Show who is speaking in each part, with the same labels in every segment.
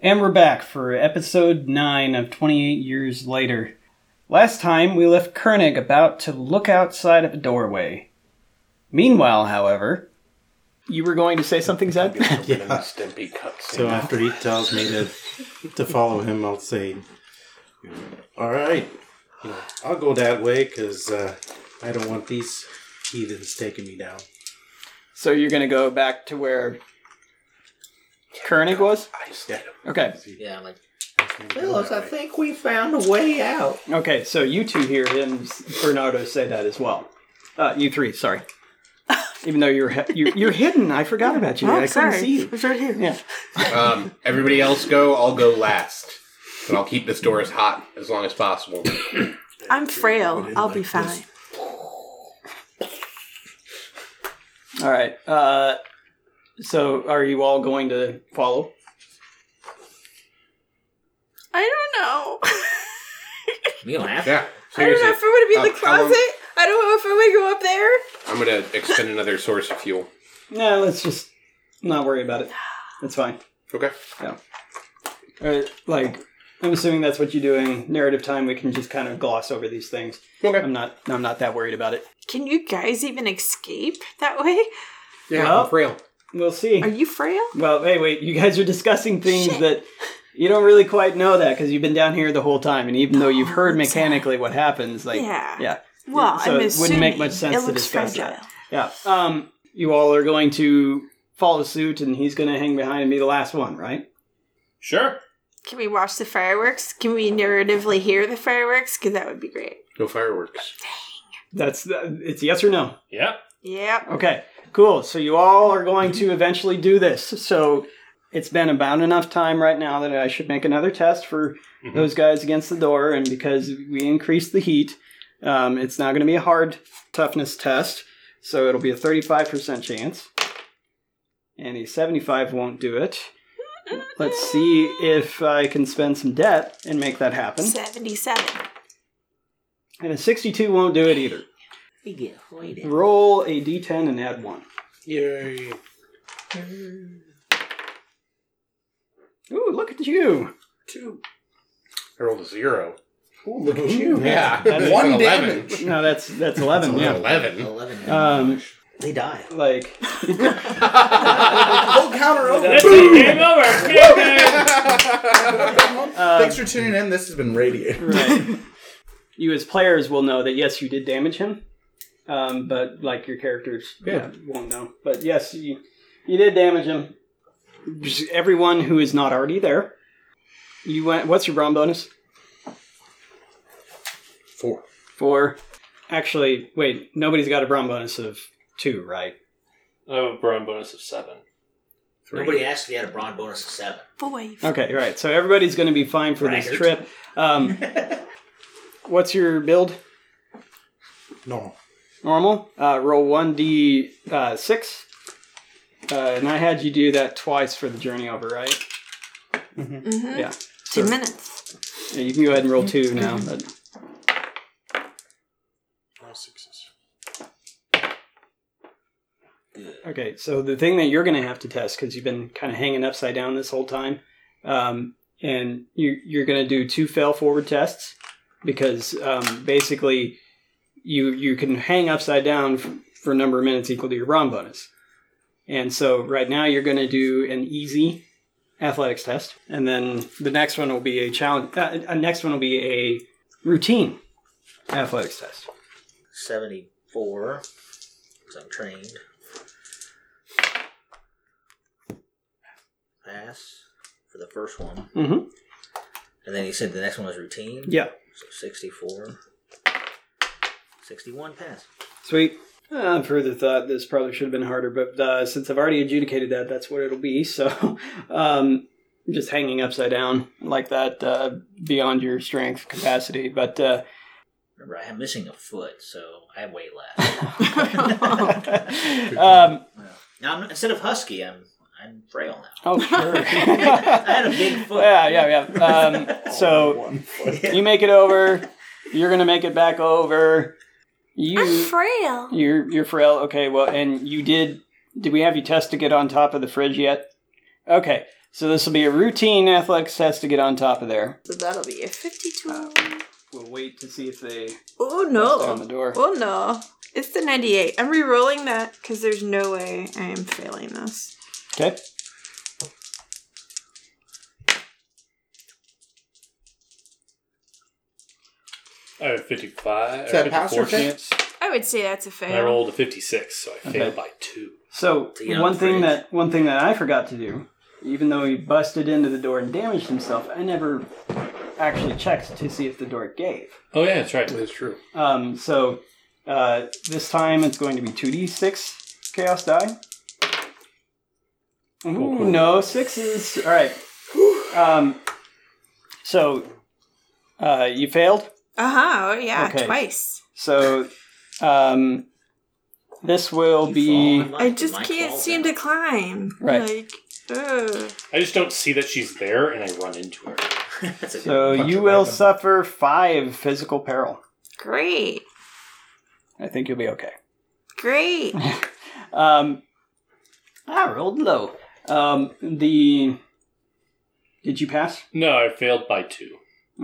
Speaker 1: And we're back for episode 9 of 28 Years Later. Last time, we left Koenig about to look outside of a doorway. Meanwhile, however,
Speaker 2: You were going to say something, Zed?
Speaker 3: yeah. in the Stimpy cutscene.
Speaker 4: So after he tells me to to follow him, I'll say, "All right, you know, I'll go that way because uh, I don't want these heathens taking me down."
Speaker 2: so you're going to go back to where Koenig was?
Speaker 3: I
Speaker 4: Yeah.
Speaker 2: Okay.
Speaker 5: Yeah, like
Speaker 4: Go that way.
Speaker 3: think we found a way out.
Speaker 2: Okay, so you two hear him, Bernardo, say that as well. Uh, you three, sorry. Even though you're, he- you're you're hidden, I forgot about
Speaker 1: Oh,
Speaker 2: you. I couldn't see you.
Speaker 6: Oh, right here.
Speaker 2: Yeah.
Speaker 7: Um, everybody else go. I'll go last, and I'll keep this door as hot as long as possible.
Speaker 6: I'm frail. I'll be fine.
Speaker 2: All right. Uh, so are you all going to follow?
Speaker 6: I don't know.
Speaker 5: we don't have
Speaker 7: Yeah,
Speaker 6: I don't
Speaker 7: seriously.
Speaker 6: know if I want to be in the
Speaker 7: How- how long-
Speaker 6: closet. I don't know if I want to go up there.
Speaker 7: I'm gonna expend another source of fuel.
Speaker 2: No, let's just not worry about it. That's fine.
Speaker 7: Okay.
Speaker 2: Uh, like, I'm assuming that's what you're doing. Narrative time, we can just kind of gloss over these things.
Speaker 7: Okay.
Speaker 2: I'm not. I'm not that worried about it.
Speaker 6: Can you guys even escape that way?
Speaker 7: Yeah,
Speaker 2: Well-
Speaker 7: I'm frail.
Speaker 2: We'll see.
Speaker 6: Are you frail?
Speaker 2: Well, hey, wait. You guys are discussing things that you don't really quite know that because you've been down here the whole time, and even though you've heard mechanically what happens, like,
Speaker 6: Yeah.
Speaker 2: yeah,
Speaker 6: Well,
Speaker 2: so
Speaker 6: I'm
Speaker 2: it wouldn't make much
Speaker 6: assuming
Speaker 2: sense
Speaker 6: it
Speaker 2: to
Speaker 6: looks
Speaker 2: discuss
Speaker 6: fragile.
Speaker 2: that. yeah. Um, you all are going to follow suit, and he's going to hang behind and be the last one, right?
Speaker 7: Sure.
Speaker 6: Can we watch the fireworks? Can we narratively hear the fireworks? Because that would be great.
Speaker 7: No fireworks.
Speaker 2: That's the, it's yes or no.
Speaker 7: Yeah.
Speaker 6: Yep.
Speaker 2: Okay, cool. So you all are going to eventually do this. So it's been about enough time right now that I should make another test for
Speaker 7: Mhm.
Speaker 2: those guys against the door. And because we increased the heat, um, it's now going to be a hard toughness test. So it'll be a 35% chance. And a 75 won't do it. Let's see if I can spend some debt and make that happen.
Speaker 6: 77.
Speaker 2: And a 62 won't do it either.
Speaker 5: We get hoided.
Speaker 2: Roll a d10 and add one.
Speaker 4: Yay!
Speaker 2: Ooh, look at you!
Speaker 3: Two.
Speaker 7: I rolled a zero.
Speaker 4: look at you!
Speaker 7: Yeah.
Speaker 2: That's
Speaker 7: One
Speaker 3: an
Speaker 7: damage.
Speaker 2: No, that's that's eleven. yeah,
Speaker 7: Eleven.
Speaker 5: Eleven.
Speaker 2: Um,
Speaker 5: they die.
Speaker 2: like
Speaker 4: Whole counter over.
Speaker 8: Game over. Game
Speaker 2: uh,
Speaker 4: Thanks for tuning in. This has been Radiator.
Speaker 2: right. you as players will know that yes, you did damage him, um, but like your characters
Speaker 4: Yeah.
Speaker 2: won't know. But yes, you you did damage him. Just everyone who is not already there. You went. What's your brawn bonus?
Speaker 7: Four.
Speaker 2: Four. Actually, wait. Nobody's got a brawn bonus of two, right?
Speaker 8: over. I have a brawn bonus of seven.
Speaker 5: Nobody actually had a brawn bonus of seven.
Speaker 6: Boy.
Speaker 2: Okay, right. So everybody's going to be fine for this
Speaker 5: Braggart.
Speaker 2: trip. Um, what's your build?
Speaker 4: Normal.
Speaker 2: normal. Uh, roll one d uh, six, uh, and I had you do that twice for the journey over, right?
Speaker 6: Mm-hmm.
Speaker 2: Yeah.
Speaker 6: Two minutes.
Speaker 2: Yeah, you can go ahead and roll two now. But
Speaker 4: All sixes.
Speaker 2: okay, so the thing that you're going to have to test because you've been kind of hanging upside down this whole time, um, and you, you're going to do two fail forward tests because um, basically you you can hang upside down f- for a number of minutes equal to your ROM bonus, and so right now you're going to do an easy athletics test, and then the next one will be a challenge. Uh, uh, next one will be a routine athletics test.
Speaker 5: Seventy-four. Because I'm trained. Pass for the first one,
Speaker 2: Mm-hmm.
Speaker 5: and then he said the next one was routine.
Speaker 2: Yeah,
Speaker 5: So sixty-four. Sixty-one pass.
Speaker 2: sweet. Uh, further thought, this probably should have been harder, but uh, since I've already adjudicated that, that's what it'll be. So, um, just hanging upside down like that uh, beyond your strength capacity. But uh,
Speaker 5: Remember, I am missing a foot, so I weigh less.
Speaker 2: um,
Speaker 5: now, I'm, instead of husky, I'm I'm frail now.
Speaker 2: oh sure.
Speaker 5: I had a big foot.
Speaker 2: Yeah, yeah, yeah. Um, so you make it over. You're gonna make it back over.
Speaker 6: I'm
Speaker 2: You,
Speaker 6: frail.
Speaker 2: you're you're frail. Okay, well, and you did. Did we have you test to get on top of the fridge yet? Okay, So this will be a routine athletics test to get on top of there.
Speaker 6: So that'll be a 52.
Speaker 2: We'll wait to see if they
Speaker 6: oh
Speaker 2: bust down the
Speaker 6: no.
Speaker 2: door.
Speaker 6: Oh no. It's the 98. I'm re rolling that because there's no way I am failing this.
Speaker 2: Okay.
Speaker 8: I have 55.
Speaker 3: Is
Speaker 8: I
Speaker 3: that
Speaker 8: have
Speaker 3: pass or
Speaker 8: 54
Speaker 3: fail?
Speaker 8: chance.
Speaker 6: I would say that's a
Speaker 8: And I
Speaker 6: fail.
Speaker 8: rolled a 56, so I failed by two.
Speaker 2: So
Speaker 5: Damn
Speaker 2: one thing
Speaker 5: freak.
Speaker 2: that one thing that I forgot to do, even though he busted into the door and damaged himself, I never actually checked to see if the door gave.
Speaker 8: Oh, yeah, that's right.
Speaker 7: That's true.
Speaker 2: Um, so uh, this time it's going to be 2d6 chaos die. Ooh,
Speaker 8: cool.
Speaker 2: No, sixes. All right. Um, so uh, you failed.
Speaker 6: Uh huh. Oh, yeah.
Speaker 2: Okay.
Speaker 6: Twice.
Speaker 2: So um, this will be.
Speaker 6: I just can't seem to climb.
Speaker 2: Right.
Speaker 6: Like, ugh.
Speaker 8: I just don't see that she's there, and I run into her.
Speaker 5: to. That's a good
Speaker 2: So
Speaker 4: Punch
Speaker 2: you
Speaker 4: it
Speaker 2: will
Speaker 4: back up.
Speaker 2: suffer five physical peril.
Speaker 6: Great.
Speaker 2: I think you'll be okay.
Speaker 6: Great.
Speaker 2: Um, I rolled low. Um, the did you pass?
Speaker 8: No, I failed by two.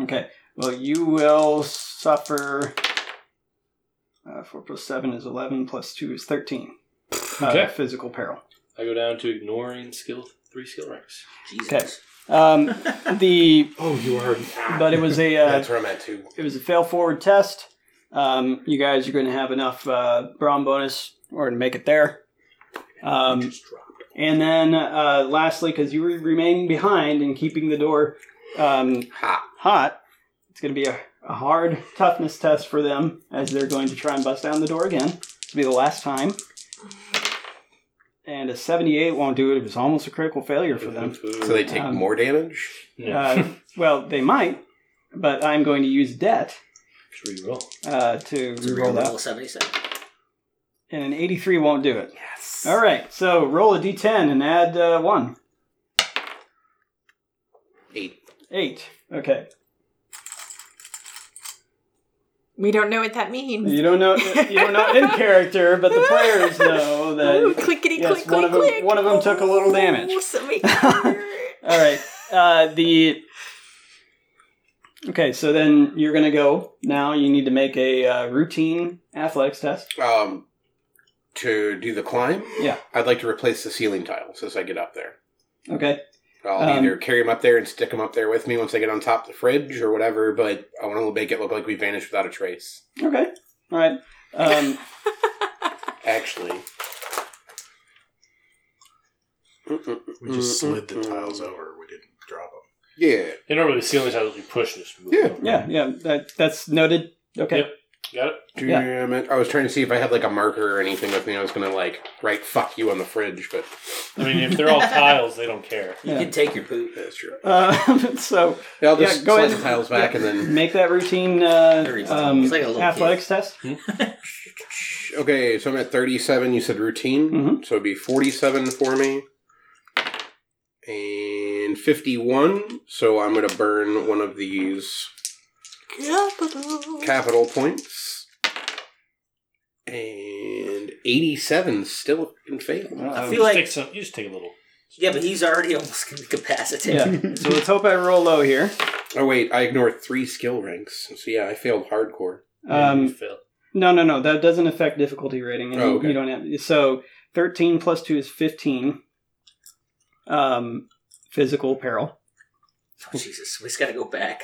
Speaker 2: Okay. Well, you will suffer. Uh, four plus seven is eleven. Plus two is thirteen. Uh,
Speaker 8: Okay.
Speaker 2: Physical peril.
Speaker 8: I go down to ignoring skill three skill ranks.
Speaker 5: Jesus.
Speaker 2: Um, the
Speaker 4: Oh, you are.
Speaker 2: but it was a uh,
Speaker 7: That's where I'm at too.
Speaker 2: it was a fail forward test. Um, you guys are going to have enough uh, brawn bonus or to make it there. Um, and then uh, lastly, because you were remaining behind and keeping the door um,
Speaker 7: Ha.
Speaker 2: hot, it's going to be a, a hard toughness test for them as they're going to try and bust down the door again. This will be the last time. And a 78 won't do it. It was almost a critical failure for them.
Speaker 7: So they take
Speaker 2: Um,
Speaker 7: more damage?
Speaker 8: No.
Speaker 2: Uh, well, they might, but I'm going to use debt
Speaker 8: Should we roll?
Speaker 2: uh, to
Speaker 5: So
Speaker 2: roll
Speaker 5: roll
Speaker 2: that.
Speaker 5: level 77.
Speaker 2: And an 83 won't do it. Yes. All right, so roll a d10 and add uh, 1.
Speaker 7: Eight.
Speaker 2: 8. Okay.
Speaker 6: We don't know what that means.
Speaker 2: You don't know you don't know in character, but the players know
Speaker 6: Ooh,
Speaker 2: that
Speaker 6: clickety
Speaker 2: yes,
Speaker 6: click,
Speaker 2: one
Speaker 6: click,
Speaker 2: of 'em-
Speaker 6: click.
Speaker 2: one of 'em took a little
Speaker 6: Ooh,
Speaker 2: damage.
Speaker 6: somebody hurt.
Speaker 2: All right. Uh the Okay, so then you're going to go. Now you need to make a uh, routine athletics test.
Speaker 7: Um, to do the climb?
Speaker 2: Yeah.
Speaker 7: I'd like to replace the ceiling tiles as I get up there.
Speaker 2: Okay.
Speaker 7: I'll
Speaker 2: Um,
Speaker 7: either carry them up there and stick them up there with me once I get on top of the fridge or whatever, but I want to make it look like we vanished without a trace.
Speaker 2: Okay. All right. Um
Speaker 7: Actually.
Speaker 4: We just slid the tiles over. We didn't drop them.
Speaker 7: Yeah.
Speaker 8: And normally the ceiling tiles you push and just move.
Speaker 7: Yeah.
Speaker 8: them.
Speaker 2: yeah, yeah, that, that's noted. Okay.
Speaker 8: Yep. Got it?
Speaker 2: Yeah.
Speaker 7: Damn it. I was trying to see if I had like a marker or anything with me. I was going to like write fuck you on the fridge, but
Speaker 8: I mean, if they're all tiles, they don't care.
Speaker 5: You
Speaker 2: Yeah.
Speaker 5: can take your poop.
Speaker 7: that's true.
Speaker 2: Uh, so
Speaker 7: Yeah, I'll
Speaker 2: Yeah,
Speaker 7: just
Speaker 2: go
Speaker 7: slide
Speaker 2: ahead.
Speaker 7: the tiles back and then.
Speaker 2: make that routine uh,
Speaker 5: Very easy.
Speaker 2: um,
Speaker 5: It's like a little
Speaker 2: athletics test.
Speaker 7: Okay, so I'm at 37. You said routine.
Speaker 2: Mhm.
Speaker 7: So it'd be 47 for me. And 51. So I'm going to burn one of these
Speaker 6: Capital.
Speaker 7: capital points. And 87 still in
Speaker 2: Uh,
Speaker 5: I
Speaker 7: fail.
Speaker 5: feel
Speaker 8: Um, Just
Speaker 5: like.
Speaker 8: take some, you just take a little.
Speaker 5: Yeah, but he's already almost incapacitated.
Speaker 2: yeah. So let's hope I roll low here.
Speaker 7: Oh, wait, I ignored three skill ranks. So yeah, I failed hardcore.
Speaker 8: Um,
Speaker 2: Um, no, no, no. That doesn't affect difficulty rating. and
Speaker 7: Oh, okay.
Speaker 2: You don't have so thirteen plus two is fifteen. Um, physical peril.
Speaker 5: Oh, Jesus. We just got to go back.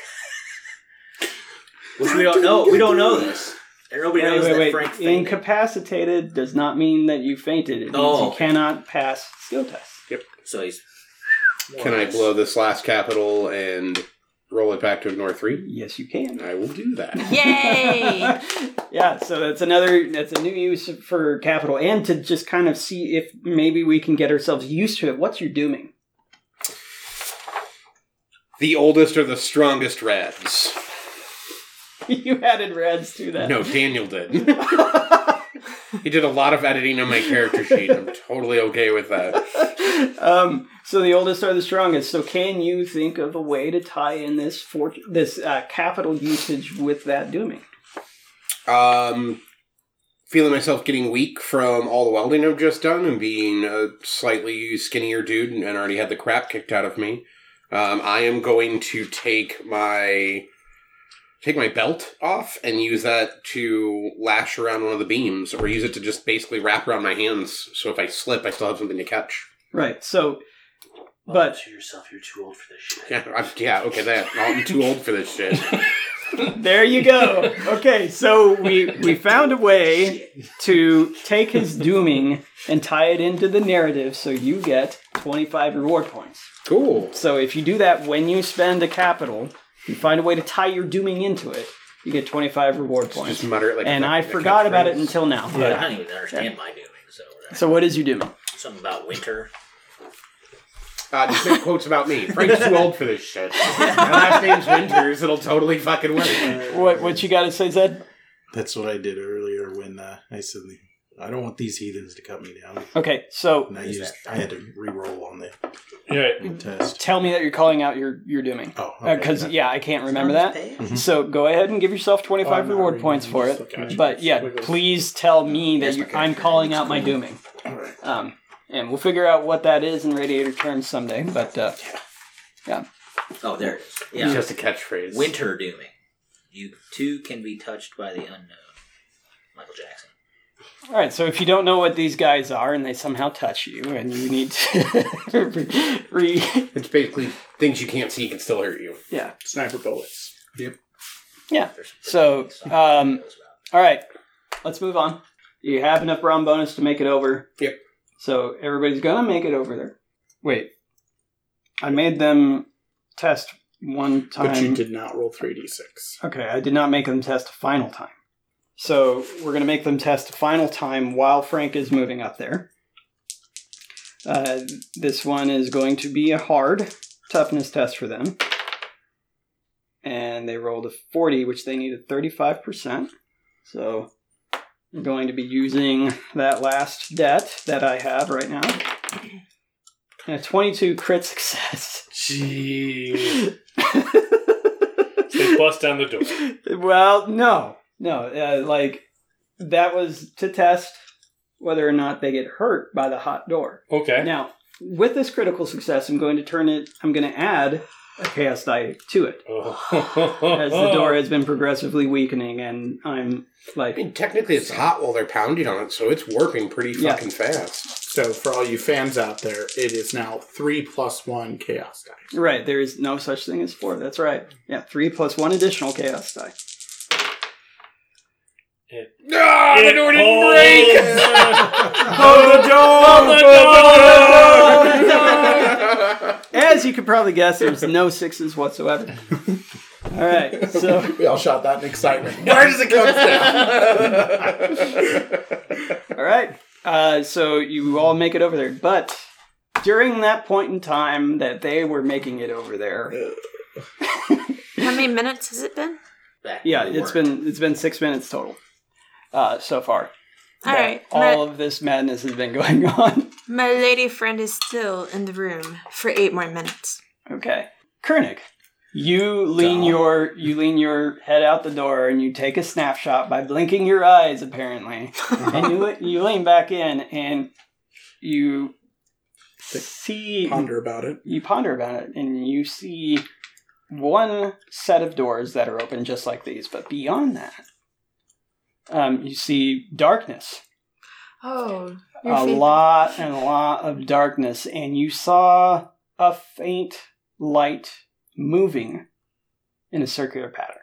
Speaker 5: Which we don't know. We don't know this. And nobody knows that Frank thing.
Speaker 2: Incapacitated does not mean that you fainted. It means
Speaker 5: Oh,
Speaker 2: you
Speaker 5: okay.
Speaker 2: cannot pass skill tests.
Speaker 5: so he's. more
Speaker 7: Can
Speaker 5: or
Speaker 7: I
Speaker 5: less.
Speaker 7: blow this last capital and roll it back to ignore three?
Speaker 2: Yes, you can.
Speaker 7: I will do that.
Speaker 6: Yay!
Speaker 2: yeah, so that's another that's a new use for capital and to just kind of see if maybe we can get ourselves used to it. What you're doing.
Speaker 7: the oldest are the strongest reds.
Speaker 2: you added reds to that.
Speaker 7: No, Daniel did. He did a lot of editing on my character sheet. I'm totally okay with that.
Speaker 2: um, so the oldest are the strongest. So can you think of a way to tie in this for this uh, capital usage with that dooming?
Speaker 7: Um, feeling myself getting weak from all the welding I've just done and being a slightly skinnier dude and already had the crap kicked out of me, um, I am going to take my take my belt off and use that to lash around one of the beams or use it to just basically wrap around my hands so if I slip I still have something to catch.
Speaker 2: Right. So
Speaker 5: Well,
Speaker 2: But-
Speaker 5: to yourself, you're too old for this shit.
Speaker 7: Yeah, I'm, yeah, okay, that. I'm too old for this shit.
Speaker 2: there you go. Okay, so we we found a way to take his dooming and tie it into the narrative so you get 25 reward points.
Speaker 7: Cool.
Speaker 2: So if you do that when you spend a capital, you find a way to tie your dooming into it, you get 25 reward
Speaker 7: Just
Speaker 2: points.
Speaker 7: mutter it like
Speaker 2: And
Speaker 7: a-
Speaker 2: I
Speaker 7: like a
Speaker 2: forgot about it
Speaker 7: catchphrase.
Speaker 2: until now.
Speaker 5: I don't even understand my doing. So whatever.
Speaker 2: So what is your dooming?
Speaker 5: something about winter.
Speaker 7: Uh, just make quotes about me. Frank's too old for this shit. My last name's Winters. It'll totally fucking work.
Speaker 2: What what you got to say, Zed?
Speaker 4: That's what I did earlier when uh, I said, I don't want these heathens to cut me down.
Speaker 2: Okay, so
Speaker 4: And I used, I had to re-roll on the
Speaker 8: Yeah,
Speaker 4: test.
Speaker 2: tell me that you're calling out your your dooming.
Speaker 4: Oh, okay.
Speaker 2: Because yeah, I can't remember that.
Speaker 4: Mhm.
Speaker 2: Mm-hmm. So go ahead and give yourself 25
Speaker 4: Oh, no,
Speaker 2: reward
Speaker 4: we-
Speaker 2: points
Speaker 4: we
Speaker 2: for
Speaker 4: just
Speaker 2: it.
Speaker 4: look at
Speaker 2: But yeah, please tell me that
Speaker 5: Yes,
Speaker 2: you,
Speaker 5: okay.
Speaker 2: I'm calling out my dooming. Um, and we'll figure out what that is in radiator terms someday. But uh,
Speaker 5: Oh, there it is.
Speaker 7: It's
Speaker 5: Yeah,
Speaker 7: just a catchphrase.
Speaker 5: winter dooming. You too can be touched by the unknown. Michael Jackson.
Speaker 2: all right, so if you don't know what these guys are and they somehow touch you and you need to re, re-
Speaker 7: It's basically things you can't see can still hurt you.
Speaker 2: yeah.
Speaker 8: sniper bullets.
Speaker 5: There's some
Speaker 2: So
Speaker 5: pretty good
Speaker 2: um,
Speaker 5: stuff that goes about.
Speaker 2: all right, let's move on. You have enough brown bonus to make it over.
Speaker 7: Yep.
Speaker 2: So everybody's gonna make it over there. Wait, I made them test one time.
Speaker 8: But you did not roll 3d6.
Speaker 2: Okay, I did not make them test a final time. So we're going to make them test a final time while Frank is moving up there. Uh, this one is going to be a hard toughness test for them. And they rolled a 40, which they needed 35%. So I'm going to be using that last debt that I have right now. And a 22 crit success.
Speaker 8: Jeez. They bust down the door.
Speaker 2: well, no, no. Uh, like that was to test whether or not they get hurt by the hot door.
Speaker 8: Okay.
Speaker 2: Now, with this critical success, I'm going to turn it. I'm going to add a chaos die to it
Speaker 8: Oh.
Speaker 2: as the door has been progressively weakening, and I'm
Speaker 7: I
Speaker 2: like,
Speaker 7: mean, technically, it's hot while they're pounding on it, so it's working pretty
Speaker 2: Yeah.
Speaker 7: fucking fast.
Speaker 9: So for all you fans out there, it is now three plus one chaos dice.
Speaker 2: right, there is no such thing as four. That's right. Yeah, three plus one additional chaos die.
Speaker 7: No, I
Speaker 8: It
Speaker 7: didn't know it
Speaker 8: holds.
Speaker 7: didn't break.
Speaker 2: As you could probably guess, there's no sixes whatsoever. All right, so.
Speaker 9: We all shot that in excitement.
Speaker 7: Where does it come down?
Speaker 2: All right. Uh, so you all make it over there, but during that point in time that they were making it over there,
Speaker 6: How many minutes has it been?
Speaker 5: Back
Speaker 2: yeah,
Speaker 5: to
Speaker 2: it's
Speaker 5: work.
Speaker 2: been it's been six minutes total uh, so far.
Speaker 6: All
Speaker 2: that
Speaker 6: right.
Speaker 2: all of this madness has been going on.
Speaker 6: my, my lady friend is still in the room for eight more minutes.
Speaker 2: Okay, Koenig, you lean your you lean your head out the door and you take a snapshot by blinking your eyes apparently, and you le- you lean back in and you see
Speaker 9: Ponder about it.
Speaker 2: you ponder about it and you see one set of doors that are open just like these but beyond that um, you see darkness
Speaker 6: Oh,
Speaker 2: a lot and a lot of darkness and you saw a faint light moving in a circular pattern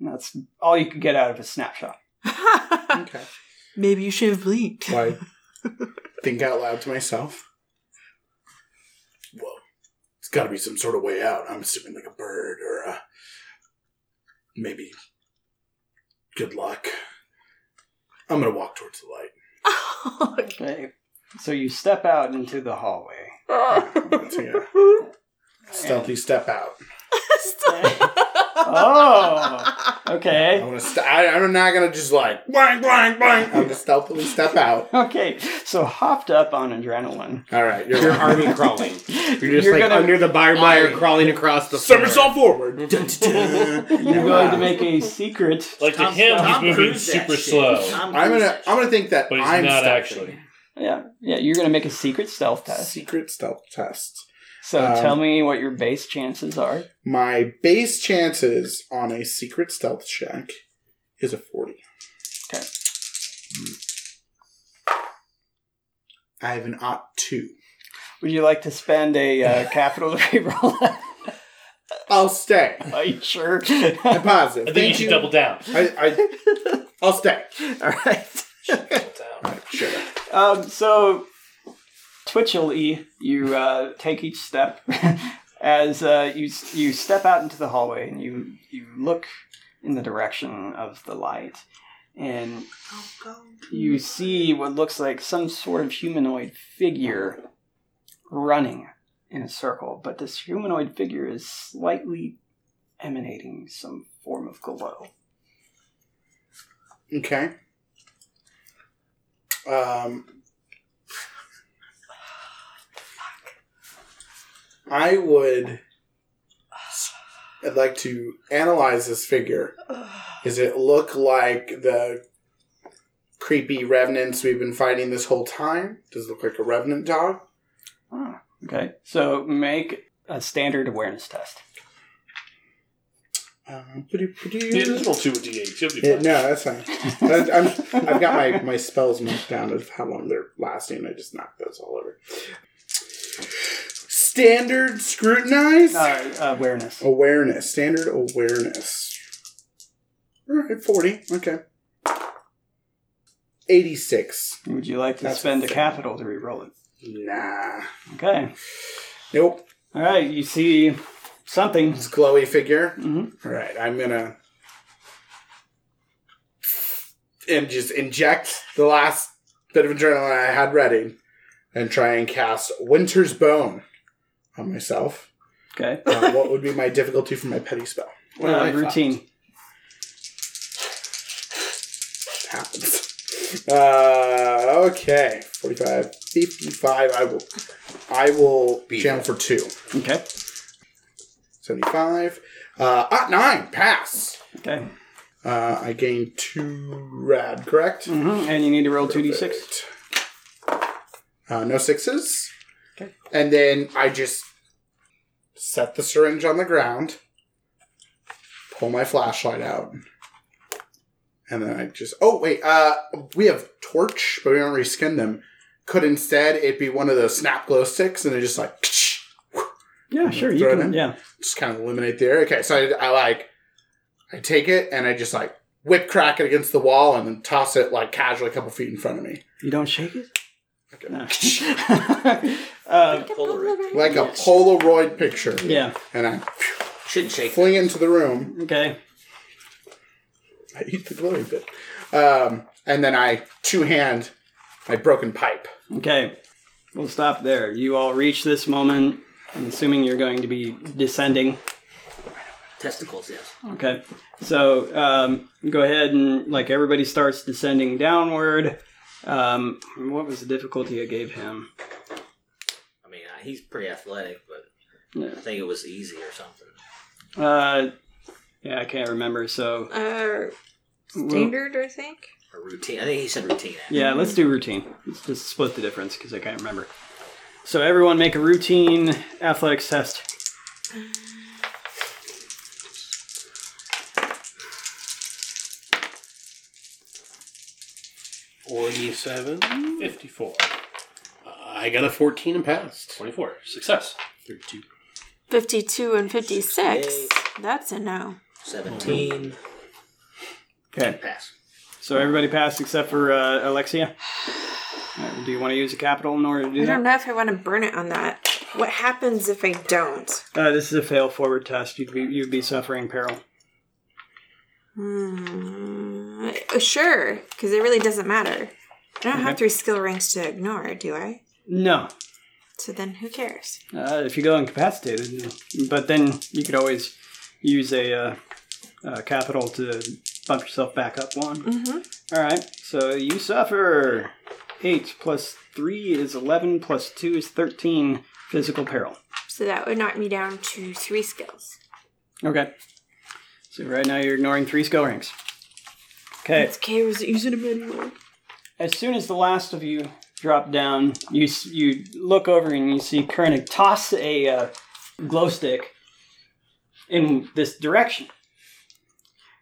Speaker 2: and that's all you could get out of a snapshot
Speaker 9: Okay.
Speaker 6: Maybe you should have blinked.
Speaker 9: So I think out loud to myself. Well, it's got to be some sort of way out. I'm assuming like a bird or uh, maybe. Good luck. I'm gonna walk towards the light.
Speaker 2: okay so you step out into the hallway
Speaker 9: Let's take a stealthy step out.
Speaker 2: oh Okay.
Speaker 10: I'm gonna. St- I, I'm not gonna just like blank, blank, blank. I'm gonna stealthily step out.
Speaker 2: Okay. So hopped up on adrenaline.
Speaker 10: All right,
Speaker 7: You're army crawling. You're just
Speaker 2: You're
Speaker 7: like
Speaker 2: gonna-
Speaker 7: under the barbed crawling across the floor.
Speaker 10: Somersault forward.
Speaker 2: You're going to make a secret.
Speaker 8: Like to
Speaker 5: Tom-
Speaker 8: him,
Speaker 5: Tom
Speaker 8: he's moving
Speaker 5: Cruise that
Speaker 8: super
Speaker 5: shit.
Speaker 8: slow,
Speaker 5: Tom
Speaker 10: I'm
Speaker 5: Cruise
Speaker 10: gonna.
Speaker 5: that
Speaker 10: I'm gonna think that
Speaker 8: but he's
Speaker 10: I'm
Speaker 8: not
Speaker 10: stealthing.
Speaker 8: actually.
Speaker 2: Yeah. Yeah. You're going to make a secret stealth test.
Speaker 10: Secret stealth test.
Speaker 2: So
Speaker 10: Um,
Speaker 2: tell me what your base chances are.
Speaker 10: My base chances on a secret stealth check is a 40.
Speaker 2: Okay.
Speaker 10: I have an ot 2.
Speaker 2: Would you like to spend a uh, capital to reroll? that?
Speaker 10: I'll stay.
Speaker 2: are you sure?
Speaker 10: I'm positive.
Speaker 8: I think you
Speaker 10: Thank
Speaker 8: should double down.
Speaker 10: I, I, I'll stay.
Speaker 2: All right.
Speaker 10: Sure.
Speaker 2: Um, so, twitchily, you uh, take each step as uh, you you step out into the hallway and you you look in the direction of the light, and you see what looks like some sort of humanoid figure running in a circle. But this humanoid figure is slightly emanating some form of glow.
Speaker 10: Okay. Um, I would. I'd like to analyze this figure. Does it look like the creepy revenants we've been fighting this whole time? Does it look like a revenant dog?
Speaker 2: Ah, okay, so make a standard awareness test.
Speaker 10: Uh, ba-do, ba-do.
Speaker 8: Yeah, just roll two with d8. You'll be
Speaker 10: Yeah,
Speaker 8: fine.
Speaker 10: no, that's fine. I, I'm, I've got my, my spells marked down of how long they're lasting. I just knocked those all over. Standard scrutinize?
Speaker 2: Uh, awareness.
Speaker 10: Awareness. Standard awareness. All right, 40. Okay. 86.
Speaker 2: Would you like to
Speaker 10: That's
Speaker 2: spend a
Speaker 10: fair.
Speaker 2: capital to reroll it?
Speaker 10: Nah.
Speaker 2: Okay.
Speaker 10: Nope.
Speaker 2: All right. You see something.
Speaker 10: It's a glowy figure.
Speaker 2: hmm
Speaker 10: All right, I'm gonna and just inject the last bit of adrenaline I had ready, and try and cast Winter's Bone on myself.
Speaker 2: Okay.
Speaker 10: Uh, what would be my difficulty for my petty spell?
Speaker 7: am
Speaker 2: Uh,
Speaker 7: I
Speaker 2: routine.
Speaker 10: Happens. Uh, okay, 45, 55. I will, I will
Speaker 7: Beat
Speaker 10: channel for two.
Speaker 2: Okay.
Speaker 10: 75. Uh, ah, nine pass.
Speaker 2: Okay.
Speaker 10: Uh, I gain two rad, correct?
Speaker 2: hmm And you need to roll two d six.
Speaker 10: Perfect. Uh, no sixes.
Speaker 2: Okay.
Speaker 10: And then I just set the syringe on the ground, pull my flashlight out, and then I just. Oh, wait. Uh, we have torch, but we don't reskin them. Could instead it be one of those snap glow sticks and it just like.
Speaker 2: Yeah. Sure. You
Speaker 10: Throw it
Speaker 2: can.
Speaker 10: in?
Speaker 2: Mm-hmm. Yeah.
Speaker 10: just kind of eliminate the air. Okay, so I, I like, I take it and I just like whip crack it against the wall and then toss it like casually a couple feet in front of me,
Speaker 2: You don't shake it.
Speaker 10: Okay.
Speaker 2: No. uh,
Speaker 10: like a Polaroid picture.
Speaker 2: yeah.
Speaker 10: And I
Speaker 5: Should shake.
Speaker 10: fling it into the room.
Speaker 2: Okay.
Speaker 10: I eat the glory bit, um, and then I two hand my broken pipe.
Speaker 2: Okay. We'll stop there. You all reach this moment. I'm assuming you're going to be descending.
Speaker 5: Testicles, yes.
Speaker 2: Okay. So um, go ahead and like everybody starts descending downward. Um, what was the difficulty I gave him?
Speaker 5: I mean, uh, he's pretty athletic, but
Speaker 2: Yeah.
Speaker 5: I think it was easy or something.
Speaker 2: Uh, yeah, I can't remember. So
Speaker 6: Uh,
Speaker 2: we'll-
Speaker 6: standard, I think.
Speaker 5: A routine. I think he said routine. actually.
Speaker 2: yeah, let's do routine. Let's just split the difference because I can't remember. So everyone make a routine athletics test.
Speaker 7: Forty-seven.
Speaker 8: 54.
Speaker 7: I got a fourteen and passed.
Speaker 8: 24. Success.
Speaker 6: 52 and 56.
Speaker 5: Yay.
Speaker 6: That's a no.
Speaker 5: 17.
Speaker 2: Okay.
Speaker 5: Pass.
Speaker 2: So everybody passed except for uh, Alexia. All right, do you want to use a capital in order to do
Speaker 6: I
Speaker 2: that?
Speaker 6: don't know if I want to burn it on that. What happens if I don't?
Speaker 2: Uh, this is a fail forward test. You'd be, you'd be suffering peril.
Speaker 6: Hmm. uh, Sure, because it really doesn't matter. I don't have three skill ranks to ignore, do I?
Speaker 2: No,
Speaker 6: So then who cares?
Speaker 2: Uh, if you go incapacitated, but then you could always use a uh, uh, capital to bump yourself back up one.
Speaker 6: Mhm.
Speaker 2: All right, so you suffer eight plus three is eleven plus two is thirteen physical peril.
Speaker 6: So that would knock me down to three skills.
Speaker 2: Okay. So right now you're ignoring three skill ranks. Okay.
Speaker 6: It's okay, was using them anyway.
Speaker 2: As soon as the last of you drop down, you s- you look over and you see Koenig toss a uh, glow stick in this direction.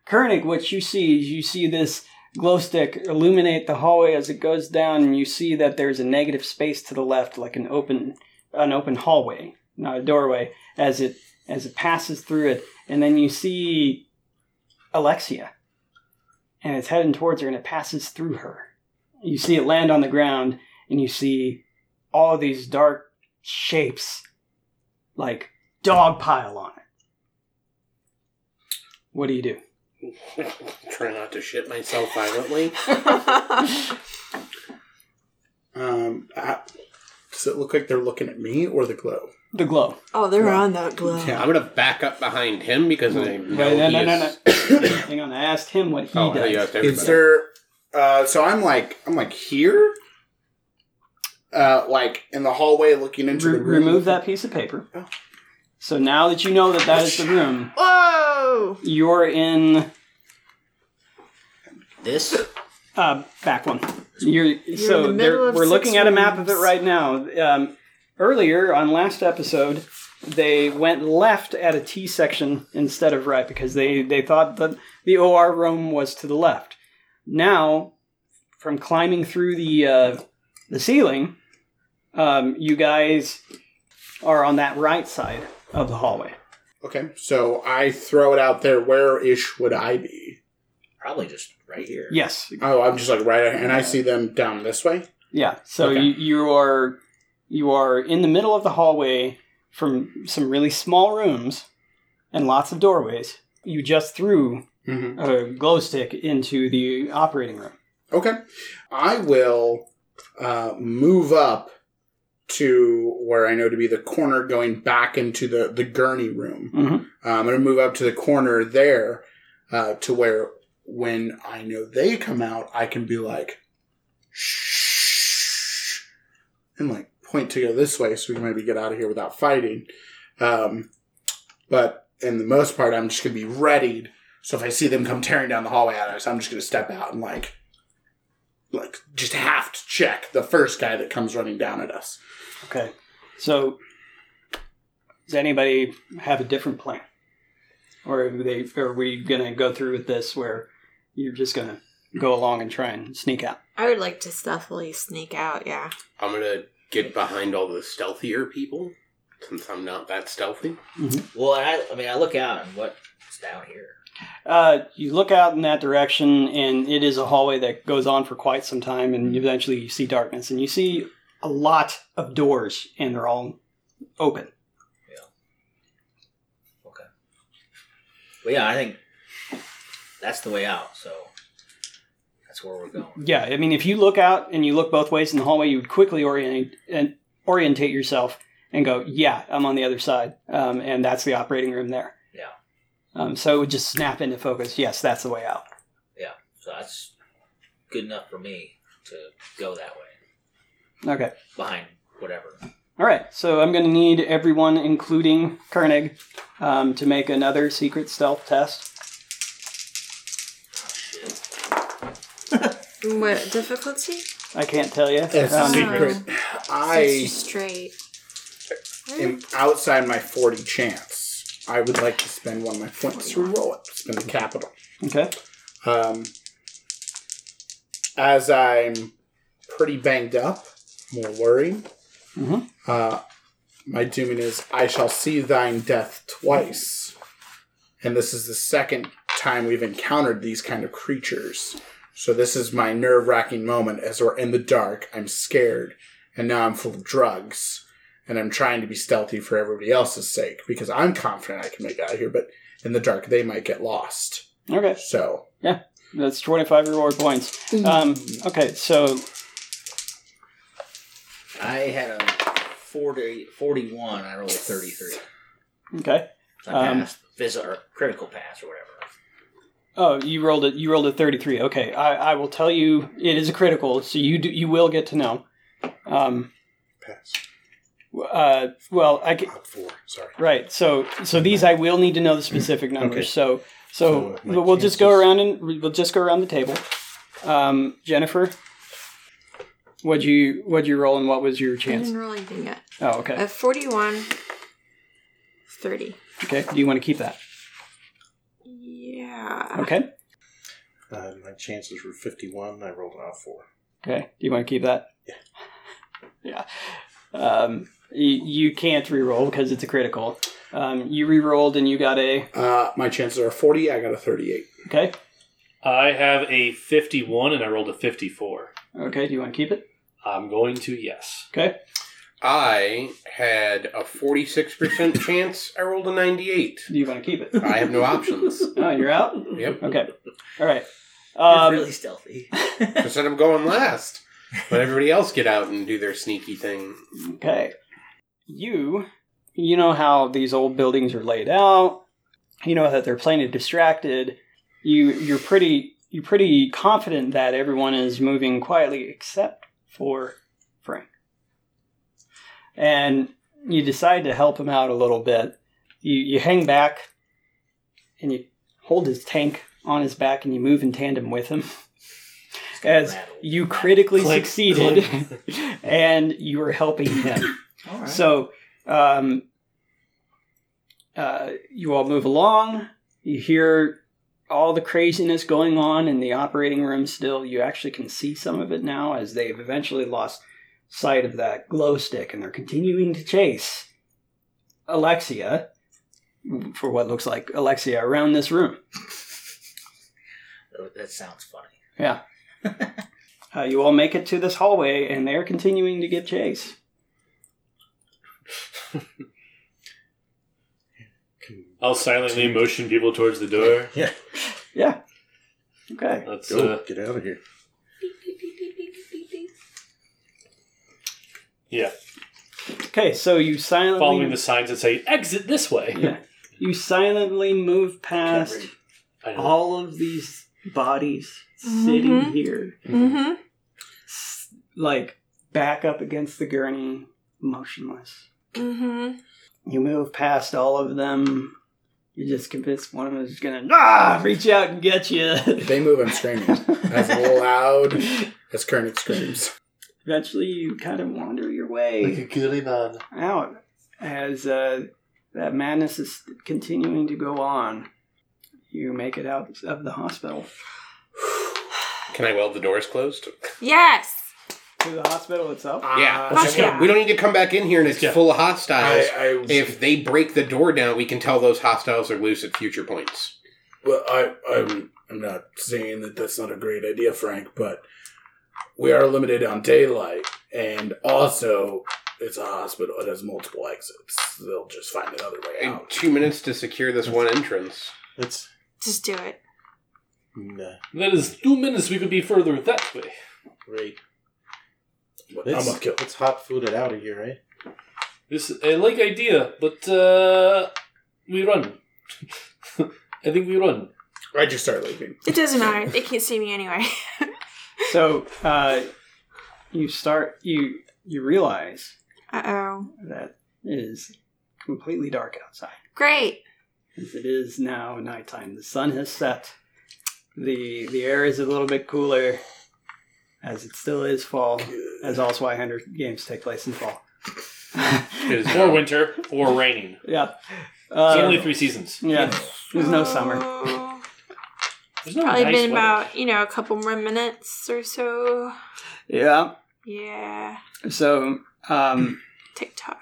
Speaker 2: Koenig, what you see is you see this glow stick illuminate the hallway as it goes down, and you see that there's a negative space to the left, like an open an open hallway, not a doorway, as it as it passes through it, and then you see Alexia, and it's heading towards her, and it passes through her. You see it land on the ground, and you see all these dark shapes, like dog pile on it. What do you do?
Speaker 7: Try not to shit myself violently.
Speaker 10: Um, I- does it look like they're looking at me or the glow?
Speaker 2: The glow.
Speaker 6: Oh, they're on that glow.
Speaker 7: Yeah, I'm gonna back up behind him because I know
Speaker 2: Wait, no,
Speaker 7: he
Speaker 2: no, no,
Speaker 7: is-
Speaker 2: no. Hang on, I asked him what he
Speaker 7: Oh, I thought
Speaker 2: does.
Speaker 7: you asked
Speaker 10: Is there? Uh, so I'm like I'm like here, uh, like in the hallway looking into
Speaker 2: Re-
Speaker 10: the room.
Speaker 2: remove that piece of paper. So now that you know that that is the room,
Speaker 6: Whoa!
Speaker 2: you're in
Speaker 5: this
Speaker 2: uh, back one. You're, so
Speaker 5: in the
Speaker 2: there-
Speaker 5: middle of
Speaker 2: we're
Speaker 5: six
Speaker 2: looking at a map of it
Speaker 5: rooms.
Speaker 2: right now. Um, earlier on last episode, they went left at a T section instead of right because they they thought that the OR room was to the left. Now, from climbing through the uh, the ceiling, um, you guys are on that right side of the hallway.
Speaker 10: Okay, so I throw it out there. Where ish would I be?
Speaker 5: probably just right here.
Speaker 2: Yes.
Speaker 10: Oh, I'm just like right, and I see them down this way.
Speaker 2: Yeah. So
Speaker 10: Okay.
Speaker 2: you, you are you are in the middle of the hallway from some really small rooms and lots of doorways. You just threw
Speaker 10: Mhm.
Speaker 2: a glow stick into the operating room.
Speaker 10: Okay. I will uh, move up to where I know to be the corner going back into the, the gurney room.
Speaker 2: Mhm.
Speaker 10: Uh, I'm going to move up to the corner there uh, to where when I know they come out, I can be like, shh, and like point to go this way so we can maybe get out of here without fighting. Um, but in the most part, I'm just going to be readied. So if I see them come tearing down the hallway at us, I'm just going to step out and like like just have to check the first guy that comes running down at us.
Speaker 2: Okay. So does anybody have a different plan? Or are they are we gonna go through with this where you're just gonna go along and try and sneak out?
Speaker 6: I would like to stealthily sneak out, yeah.
Speaker 7: I'm gonna get behind all the stealthier people since I'm not that stealthy.
Speaker 5: Well, I, I mean, I look out and what's down here.
Speaker 2: Uh, you look out in that direction, and it is a hallway that goes on for quite some time, and eventually you see darkness, and you see a lot of doors, and they're all open.
Speaker 5: But yeah, I think that's the way out. So that's where we're going.
Speaker 2: Yeah, I mean, if you look out and you look both ways in the hallway, you would quickly orient and orientate yourself and go, "Yeah, I'm on the other side," um, and that's the operating room there.
Speaker 5: Yeah.
Speaker 2: Um, so it would just snap into focus. Yes, that's the way out.
Speaker 5: Yeah, so that's good enough for me to go that way
Speaker 2: Okay.
Speaker 5: behind whatever.
Speaker 2: All right. So I'm going to need everyone, including Koenig, um, to make another secret stealth test.
Speaker 6: What difficulty?
Speaker 2: I can't tell you. Um,
Speaker 10: It's a secret.
Speaker 6: Since
Speaker 10: I
Speaker 6: you're straight.
Speaker 10: am outside my forty chance. I would like to spend one of my points to roll it. Spend the capital.
Speaker 2: Okay.
Speaker 10: Um, as I'm pretty banged up, more worried.
Speaker 2: Mhm.
Speaker 10: Uh, my dooming is I shall see thine death twice, and this is the second time we've encountered these kind of creatures. So this is my nerve wracking moment as we're in the dark. I'm scared, and now I'm full of drugs, and I'm trying to be stealthy for everybody else's sake because I'm confident I can make it out of here. But in the dark, they might get lost.
Speaker 2: Okay.
Speaker 10: So
Speaker 2: Yeah, that's 25 reward points. Um, okay, so
Speaker 5: I had a 40, 41. I rolled a 33.
Speaker 2: okay.
Speaker 5: So I
Speaker 2: Um,
Speaker 5: passed. Visit or critical pass or whatever.
Speaker 2: Oh, you rolled it. You rolled a thirty-three. Okay, I, I will tell you. It is a critical, so you do, you will get to know. Um,
Speaker 9: Pass. Oh,
Speaker 2: Uh, well, I ca-
Speaker 9: Four. Sorry.
Speaker 2: right. So so these I will need to know the specific numbers.
Speaker 9: Okay.
Speaker 2: So so
Speaker 9: So, uh, my
Speaker 2: we'll just go around and we'll just go around the table. Um, Jennifer, what'd you what'd you roll and what was your
Speaker 6: I
Speaker 2: chance?
Speaker 6: didn't roll anything yet.
Speaker 2: Oh, okay.
Speaker 6: A 41, 30.
Speaker 2: Okay. Do you want to keep that?
Speaker 6: Yeah.
Speaker 2: Okay.
Speaker 4: Uh, my chances were 51. I rolled out four.
Speaker 2: Okay. Do you want to keep that? Yeah. Yeah. Um, you, you can't re-roll because it's a critical. Um, you re-rolled and you got a
Speaker 10: Uh, my chances are 40. I got a 38.
Speaker 2: okay.
Speaker 8: I have a 51 and I rolled a 54.
Speaker 2: Okay. Do you want to keep it?
Speaker 8: I'm going to yes.
Speaker 2: Okay.
Speaker 7: I had a 46% chance. I rolled a 98.
Speaker 2: Do you want to keep it?
Speaker 7: I have no options.
Speaker 2: Oh, you're out.
Speaker 7: Yep.
Speaker 2: Okay. All right. Um,
Speaker 5: really stealthy.
Speaker 7: Just said I'm going last. Let everybody else get out and do their sneaky thing.
Speaker 2: Okay. You, you know how these old buildings are laid out. You know that they're plenty distracted. You, you're pretty, you're pretty confident that everyone is moving quietly except for Frank. And you decide to help him out a little bit. You, you hang back, and you hold his tank on his back, and you move in tandem with him. As you critically
Speaker 8: Click,
Speaker 2: succeeded, and you are helping him.
Speaker 5: All right.
Speaker 2: So um, uh, you all move along. You hear all the craziness going on in the operating room still. You actually can see some of it now as they've eventually lost sight of that glow stick and they're continuing to chase Alexia for what looks like Alexia around this room.
Speaker 5: Oh, that sounds funny.
Speaker 2: Yeah. uh, you all make it to this hallway and they're continuing to give chase.
Speaker 8: I'll silently motion people towards the door.
Speaker 4: Yeah.
Speaker 2: Yeah. Okay.
Speaker 8: Let's
Speaker 4: Go.
Speaker 8: uh,
Speaker 4: Get out of here.
Speaker 8: yeah,
Speaker 2: Okay, so you silently
Speaker 8: uh, following the signs that say exit this way.
Speaker 2: yeah. You silently move past
Speaker 8: I know.
Speaker 2: all of these bodies sitting
Speaker 6: Mhm.
Speaker 2: here,
Speaker 6: Mm-hmm.
Speaker 2: s- like back up against the gurney, motionless.
Speaker 6: Mm-hmm.
Speaker 2: You move past all of them. You're just convinced one of them is gonna ah, reach out and get you.
Speaker 10: They move, I'm screaming. As loud as Kermit screams.
Speaker 2: Eventually, you kind of wander your way
Speaker 8: goody man.
Speaker 2: out as uh, that madness is continuing to go on. You make it out of the hospital.
Speaker 7: Can I weld the doors closed?
Speaker 6: Yes.
Speaker 2: To the hospital itself?
Speaker 10: Uh,
Speaker 7: Yeah.
Speaker 6: Fuck yeah.
Speaker 7: We don't need to come back in here and it's
Speaker 8: Yeah.
Speaker 7: full of hostiles.
Speaker 9: I, I,
Speaker 7: If they break the door down, we can tell those hostiles are loose at future points.
Speaker 9: well, I, I'm, I'm not saying that that's not a great idea, Frank, but we are limited on daylight, and also it's a hospital. It has multiple exits. They'll just find another way
Speaker 7: In
Speaker 9: out.
Speaker 7: two minutes to secure this one entrance.
Speaker 4: That's.
Speaker 6: Just do it.
Speaker 4: Nah.
Speaker 8: That is two minutes. We could be further that way.
Speaker 4: Great.
Speaker 9: But I'm
Speaker 4: Let's,
Speaker 9: gonna kill.
Speaker 4: let's hot food it out of here, right?
Speaker 8: This I like idea, but uh, we run. I think we run.
Speaker 10: I just start leaving.
Speaker 6: It doesn't matter. They can't see me anyway.
Speaker 2: So uh, you start you you realize
Speaker 6: Uh oh.
Speaker 2: that it is completely dark outside.
Speaker 6: Great.
Speaker 2: As it is now nighttime. The sun has set. the The air is a little bit cooler, as it still is fall. As all Hunter games take place in fall.
Speaker 7: It is-
Speaker 8: Or winter, or raining.
Speaker 2: yeah.
Speaker 8: It's only
Speaker 2: Uh,
Speaker 8: three seasons.
Speaker 2: yeah. There's no summer.
Speaker 6: Oh.
Speaker 8: There's no
Speaker 6: Probably
Speaker 8: nice
Speaker 6: been
Speaker 8: weather.
Speaker 6: about, you know, a couple more minutes or so.
Speaker 2: Yeah.
Speaker 6: Yeah.
Speaker 2: So um,
Speaker 6: TikTok.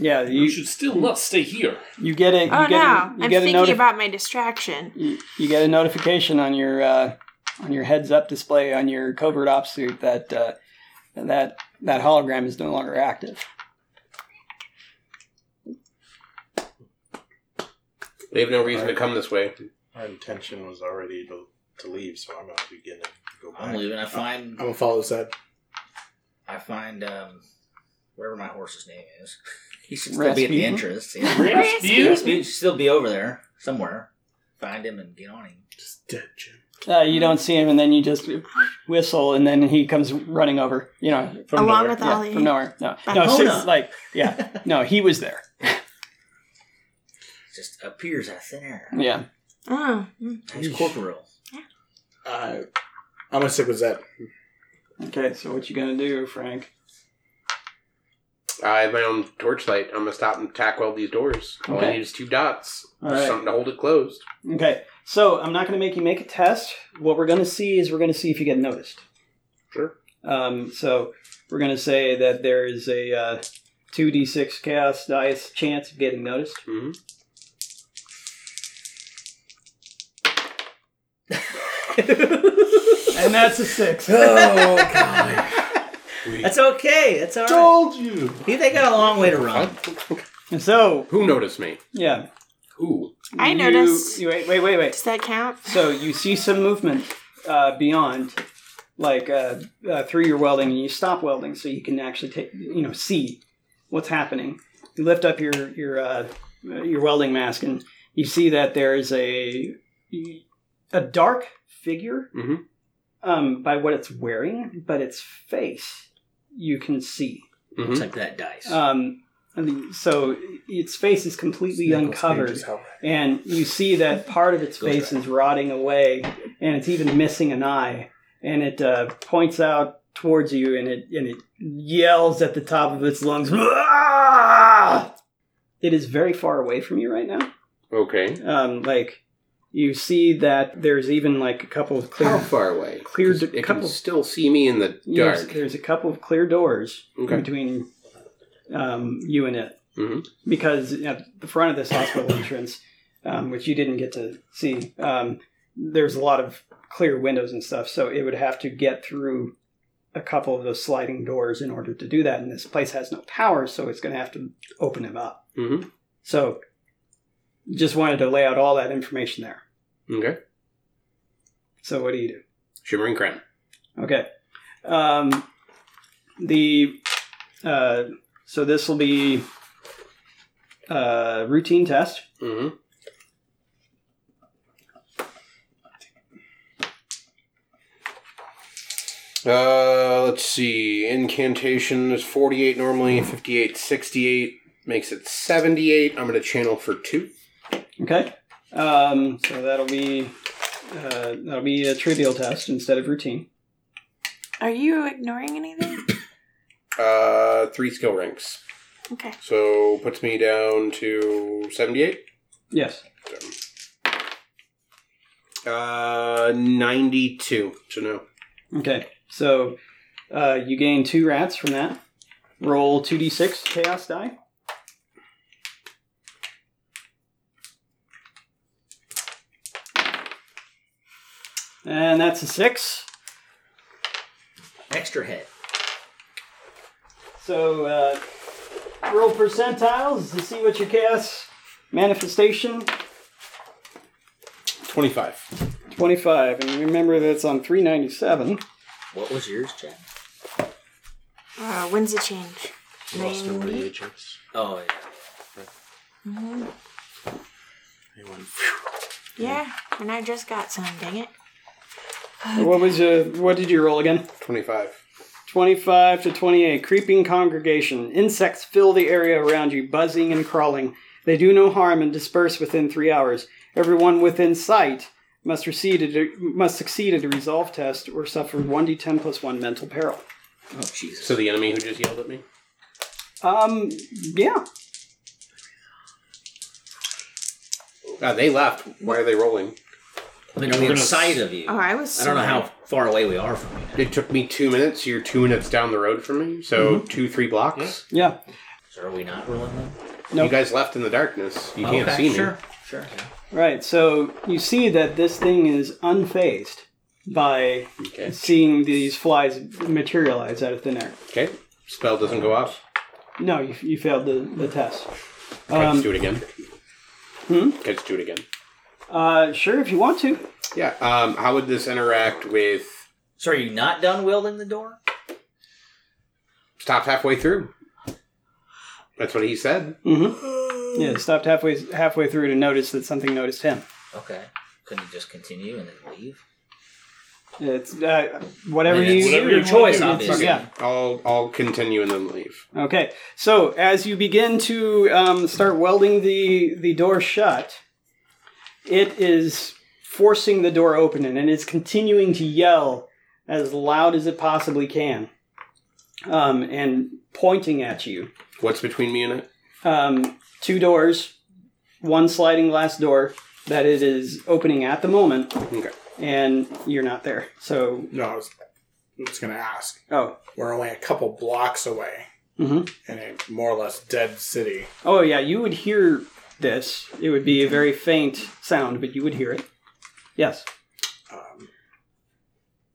Speaker 2: yeah,
Speaker 8: You
Speaker 2: you
Speaker 8: should still not stay here.
Speaker 2: you get it. You
Speaker 6: Oh
Speaker 2: get
Speaker 6: no.
Speaker 2: A, you
Speaker 6: I'm
Speaker 2: get a
Speaker 6: thinking
Speaker 2: notif-
Speaker 6: about my distraction.
Speaker 2: you, you get a notification on your uh, on your heads up display on your covert ops suit that uh, that that hologram is no longer active.
Speaker 7: They have no reason to come this way.
Speaker 4: Our intention was already to, to leave, so I'm going to begin to go back.
Speaker 5: I'm leaving. I
Speaker 10: I'm
Speaker 5: find
Speaker 10: gonna follow this head.
Speaker 5: I find um whatever my horse's name is. He should still be at the
Speaker 2: Rasputin?
Speaker 5: entrance. Yeah.
Speaker 8: Rasputin?
Speaker 5: Rasputin should still be over there somewhere. find him and get on him.
Speaker 10: Dead
Speaker 2: Uh, you don't see him, and then you just whistle, and then he comes running over. You know, from
Speaker 6: Along
Speaker 2: nowhere.
Speaker 6: with
Speaker 2: Yeah,
Speaker 6: Ollie.
Speaker 2: from nowhere. No,
Speaker 6: Back
Speaker 2: no,
Speaker 6: home.
Speaker 2: since, like yeah, no, he was there.
Speaker 5: Just appears out of thin air.
Speaker 2: Yeah.
Speaker 6: Oh.
Speaker 5: He's corporal.
Speaker 10: Uh, I'm gonna stick with Zed.
Speaker 2: Okay, so what you gonna do, Frank?
Speaker 7: I have my own torchlight. I'm gonna stop and tack weld these doors. All
Speaker 2: Okay.
Speaker 7: I need is two dots.
Speaker 2: All
Speaker 7: Just
Speaker 2: right.
Speaker 7: Something to hold it closed.
Speaker 2: Okay, so I'm not gonna make you make a test. What we're gonna see is we're gonna see if you get noticed.
Speaker 7: Sure.
Speaker 2: Um, so we're gonna say that there is a uh, two d six chaos dice chance of getting noticed.
Speaker 7: Mm-hmm.
Speaker 2: and that's a six.
Speaker 5: Oh, That's okay. That's all right.
Speaker 4: Told you.
Speaker 5: They got a long way to run.
Speaker 2: So
Speaker 7: who noticed me?
Speaker 2: Yeah.
Speaker 7: Who?
Speaker 6: I
Speaker 2: You-
Speaker 6: noticed.
Speaker 2: You, wait, wait, wait, wait.
Speaker 6: Does that count?
Speaker 2: So you see some movement uh, beyond, like uh, uh, through your welding, and you stop welding so you can actually take, you know, see what's happening. You lift up your your uh, uh, your welding mask, and you see that there is a a dark figure
Speaker 7: Mhm.
Speaker 2: um, by what it's wearing, but its face you can see.
Speaker 7: Hmm? Mm-hmm.
Speaker 5: Looks like that dice.
Speaker 2: Um, I mean, so its face is completely uncovered, and you see that part of its face is rotting away, and it's even missing an eye. And it uh, points out towards you, and it and it yells at the top of its lungs. "Wah!" It is very far away from you right now.
Speaker 7: Okay.
Speaker 2: Um, like you see that there's even like a couple of clear
Speaker 7: How far away?
Speaker 2: cleared
Speaker 7: It can
Speaker 2: couple
Speaker 7: still see me in the
Speaker 2: There's,
Speaker 7: dark.
Speaker 2: there's a couple of clear doors
Speaker 7: Okay.
Speaker 2: between um, you and it
Speaker 7: Mhm.
Speaker 2: because at the front of this hospital entrance, um, which you didn't get to see, um, there's a lot of clear windows and stuff. So it would have to get through a couple of those sliding doors in order to do that. And this place has no power, so it's going to have to open them up.
Speaker 7: Mm-hmm.
Speaker 2: So just wanted to lay out all that information there.
Speaker 7: Okay.
Speaker 2: So what do you do?
Speaker 7: Shimmering crown.
Speaker 2: Okay. Um, the uh, so this will be a routine test.
Speaker 7: Mm-hmm. Uh, let's see. Incantation is 48 normally, 58, 68. Makes it 78. I'm going to channel for two.
Speaker 2: Okay. Um, so that'll be uh, that'll be a trivial test instead of routine.
Speaker 6: Are you ignoring anything?
Speaker 7: Uh, three skill ranks.
Speaker 6: Okay.
Speaker 7: So puts me down to 78.
Speaker 2: Yes.
Speaker 7: Uh, 92. So no.
Speaker 2: Okay. So uh, you gain two rats from that. Roll two d six chaos die. And that's a six.
Speaker 5: Extra head.
Speaker 2: So uh, roll percentiles to see what your chaos manifestation
Speaker 7: 25.
Speaker 2: 25. And remember that's on 397.
Speaker 5: What was yours, Chad?
Speaker 6: Uh, when's it change? Ninety?
Speaker 5: Oh, yeah.
Speaker 6: Mhm. Yeah, and I just got some. Dang it.
Speaker 2: What was your, what did you roll again?
Speaker 7: 25.
Speaker 2: 25 to 28. Creeping congregation. Insects fill the area around you, buzzing and crawling. They do no harm and disperse within three hours. Everyone within sight must, recede at a, must succeed at a resolve test or suffer 1d10 plus 1 mental peril.
Speaker 5: Oh, Jesus.
Speaker 7: So the enemy who just yelled at me?
Speaker 2: Um, yeah.
Speaker 7: Ah, they left. Why are they rolling?
Speaker 5: I mean, are we in sight of you?
Speaker 6: Oh, I was.
Speaker 5: I don't know
Speaker 6: sorry.
Speaker 5: how far away we are from you.
Speaker 7: It took me two minutes. You're two minutes down the road from me. So two, three blocks.
Speaker 2: Yeah.
Speaker 5: So are we not rolling them?
Speaker 2: Nope.
Speaker 7: You guys left in the darkness. You can't
Speaker 5: Okay,
Speaker 7: see me.
Speaker 5: Sure, sure. yeah.
Speaker 2: Right, so you see that this thing is unfazed by
Speaker 7: Okay.
Speaker 2: seeing these flies materialize out of thin air.
Speaker 7: Okay. Spell doesn't go off.
Speaker 2: No, you, you failed the, the test.
Speaker 7: Can I
Speaker 2: Um,
Speaker 7: just do it again?
Speaker 2: Hmm?
Speaker 7: Can I just do it again?
Speaker 2: Uh, sure, if you want to.
Speaker 7: Yeah. Um, how would this interact with.
Speaker 5: So are you not done welding the door?
Speaker 7: Stopped halfway through. That's what he said.
Speaker 2: Mm-hmm. Yeah, it stopped halfway halfway through to notice that something noticed him.
Speaker 5: Okay. Couldn't you just continue and then leave?
Speaker 2: It's uh, whatever
Speaker 5: Yeah,
Speaker 2: you
Speaker 5: whatever
Speaker 2: your
Speaker 5: you
Speaker 2: choice.
Speaker 5: wanna do,
Speaker 2: It's-
Speaker 5: obviously.
Speaker 2: yeah.
Speaker 7: I'll I'll continue and then leave.
Speaker 2: Okay, so as you begin to um, start welding the the door shut, it is forcing the door open and it's continuing to yell as loud as it possibly can, um, and pointing at you.
Speaker 7: What's between me and it?
Speaker 2: Um, two doors, one sliding glass door that it is opening at the moment,
Speaker 7: Okay.
Speaker 2: and you're not there. So
Speaker 10: No, I was, I was going to ask.
Speaker 2: Oh.
Speaker 10: We're only a couple blocks away
Speaker 2: hmm
Speaker 5: Mm-hmm.
Speaker 10: in a more or less dead city.
Speaker 2: Oh yeah, you would hear this. It would be a very faint sound, but you would hear it. Yes.
Speaker 10: Um,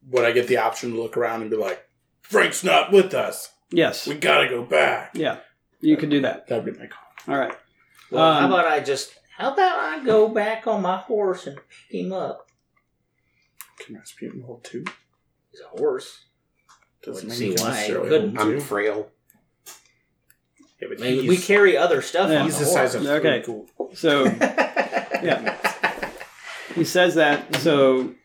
Speaker 10: would I get the option to look around and be like, Frank's not with us.
Speaker 2: Yes.
Speaker 10: We got to go back.
Speaker 2: Yeah. You could do that.
Speaker 10: That'd be my call.
Speaker 2: All right.
Speaker 5: Well, how
Speaker 2: Um,
Speaker 5: about I just. How about I go back on my horse and pick him up?
Speaker 10: Can Rasputin hold two?
Speaker 5: He's a horse.
Speaker 10: Doesn't
Speaker 5: Wouldn't
Speaker 10: mean
Speaker 5: see
Speaker 10: he can
Speaker 5: why I
Speaker 10: necessarily
Speaker 5: couldn't.
Speaker 10: hold
Speaker 7: I'm
Speaker 10: two.
Speaker 7: frail.
Speaker 10: Yeah, but
Speaker 5: Maybe
Speaker 10: he's-
Speaker 5: we carry other stuff
Speaker 2: Yeah.
Speaker 5: on
Speaker 10: He's
Speaker 5: the
Speaker 10: the
Speaker 5: horse.
Speaker 10: size of
Speaker 2: Okay.
Speaker 10: three cool.
Speaker 2: So, yeah. He says that. So,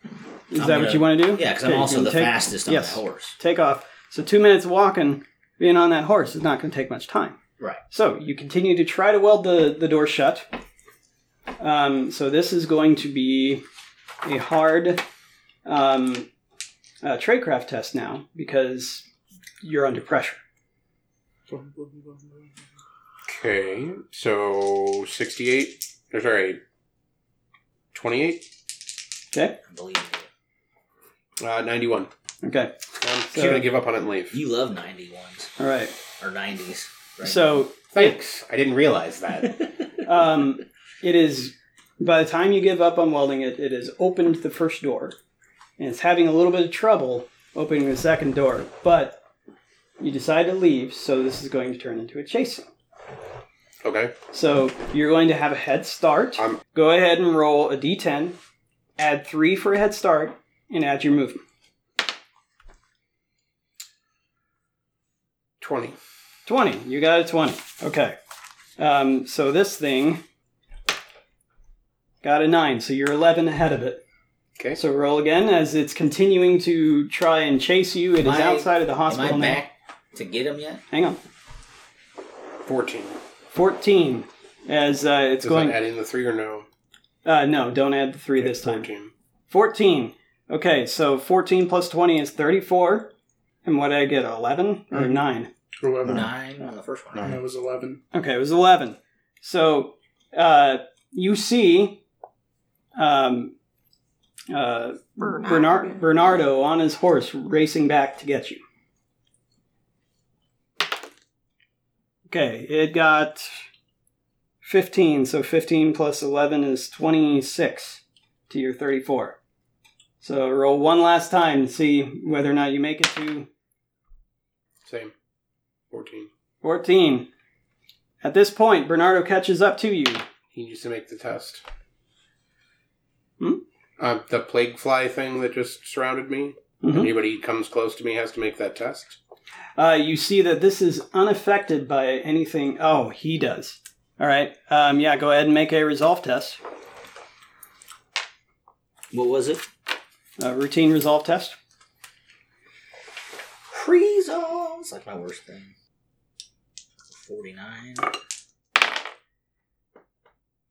Speaker 2: is
Speaker 5: I'm
Speaker 2: that what
Speaker 5: gonna-
Speaker 2: you want to do?
Speaker 5: Yeah, because I'm
Speaker 2: Okay,
Speaker 5: also
Speaker 2: you
Speaker 5: the
Speaker 2: take-
Speaker 5: fastest on
Speaker 2: yes,
Speaker 5: the horse.
Speaker 2: Take off. So, two minutes walking, being on that horse is not going to take much time.
Speaker 5: Right.
Speaker 2: So, you continue to try to weld the, the door shut. Um, so, this is going to be a hard um, uh, tradecraft test now because you're under pressure.
Speaker 7: Okay, so sixty-eight. Or sorry, twenty-eight.
Speaker 2: Okay?
Speaker 5: I believe you.
Speaker 7: Uh, ninety-one.
Speaker 2: Okay.
Speaker 7: I'm
Speaker 2: So-
Speaker 7: gonna give up on it and leave.
Speaker 5: You love 91s
Speaker 2: All right.
Speaker 5: or 90s. Right?
Speaker 2: So,
Speaker 7: Thanks. I didn't realize that.
Speaker 2: um, it is by the time you give up on welding it it has opened the first door and it's having a little bit of trouble opening the second door but you decide to leave so this is going to turn into a chase
Speaker 7: okay.
Speaker 2: so you're going to have a head start
Speaker 7: I'm-
Speaker 2: go ahead and roll a d10 add three for a head start and add your movement
Speaker 7: Twenty.
Speaker 2: 20 you got a 20 okay um, so this thing got a 9 so you're 11 ahead of it
Speaker 7: Okay.
Speaker 2: So roll again as it's continuing to try and chase you. It is
Speaker 5: Am I-
Speaker 2: outside of the
Speaker 5: Am I
Speaker 2: hospital now.
Speaker 5: back to get him yet?
Speaker 2: Hang on.
Speaker 7: Fourteen.
Speaker 2: 14. As uh, it's
Speaker 7: Is
Speaker 2: going.
Speaker 7: that adding the three or no?
Speaker 2: uh, no, don't add the three this time.
Speaker 7: 14.
Speaker 2: 14. Okay, so 14 plus 20 is 34. And what did I get? 11 or
Speaker 7: Mm-hmm.
Speaker 2: 9?
Speaker 10: Eleven.
Speaker 5: Nine on the first one.
Speaker 10: That was eleven.
Speaker 2: Okay, it was 11. So uh, you see um, uh,
Speaker 6: Bernard.
Speaker 2: Bernard- Bernardo on his horse racing back to get you. Okay, it got 15, so 15 plus 11 is 26 to your 34. So roll one last time and see whether or not you make it to
Speaker 7: Same. Fourteen.
Speaker 2: 14. At this point, Bernardo catches up to you.
Speaker 7: He needs to make the test.
Speaker 2: Hmm?
Speaker 7: Uh, the plague fly thing that just surrounded me.
Speaker 2: Mhm.
Speaker 7: Anybody who comes close to me has to make that test.
Speaker 2: Uh, you see that this is unaffected by anything. Oh, he does. All right. Um, yeah, go ahead and make a resolve test,
Speaker 5: What was it?
Speaker 2: a routine resolve test.
Speaker 5: Freeze on. It's like my worst thing. 49.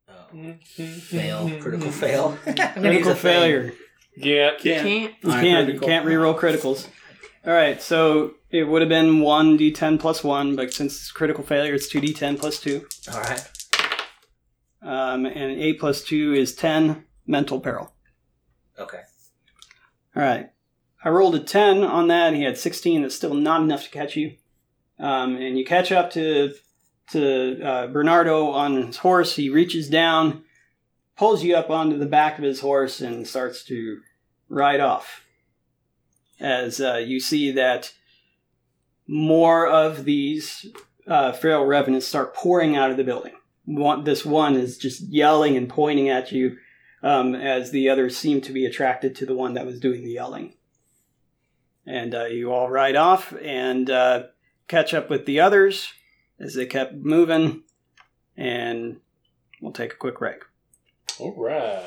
Speaker 5: Oh. Fail. Critical fail. I'm gonna use
Speaker 2: Mm-hmm. Critical
Speaker 5: a thing.
Speaker 2: failure.
Speaker 8: Yeah.
Speaker 6: Can't.
Speaker 2: You can't. You can't reroll criticals. All right. So it would have been one d10 plus one, but since it's critical failure, it's two d10 plus two,
Speaker 5: All right.
Speaker 2: um, and eight plus two is ten. Mental peril.
Speaker 5: Okay.
Speaker 2: All right. I rolled a 10 on that. He had 16. That's still not enough to catch you. Um, and you catch up to to uh, Bernardo on his horse. He reaches down, pulls you up onto the back of his horse, and starts to ride off. As uh, you see that more of these uh, feral revenants start pouring out of the building. One, this one is just yelling and pointing at you um, as the others seem to be attracted to the one that was doing the yelling. And uh, you all ride off and uh, catch up with the others as they kept moving, and we'll take a quick break.
Speaker 8: All right.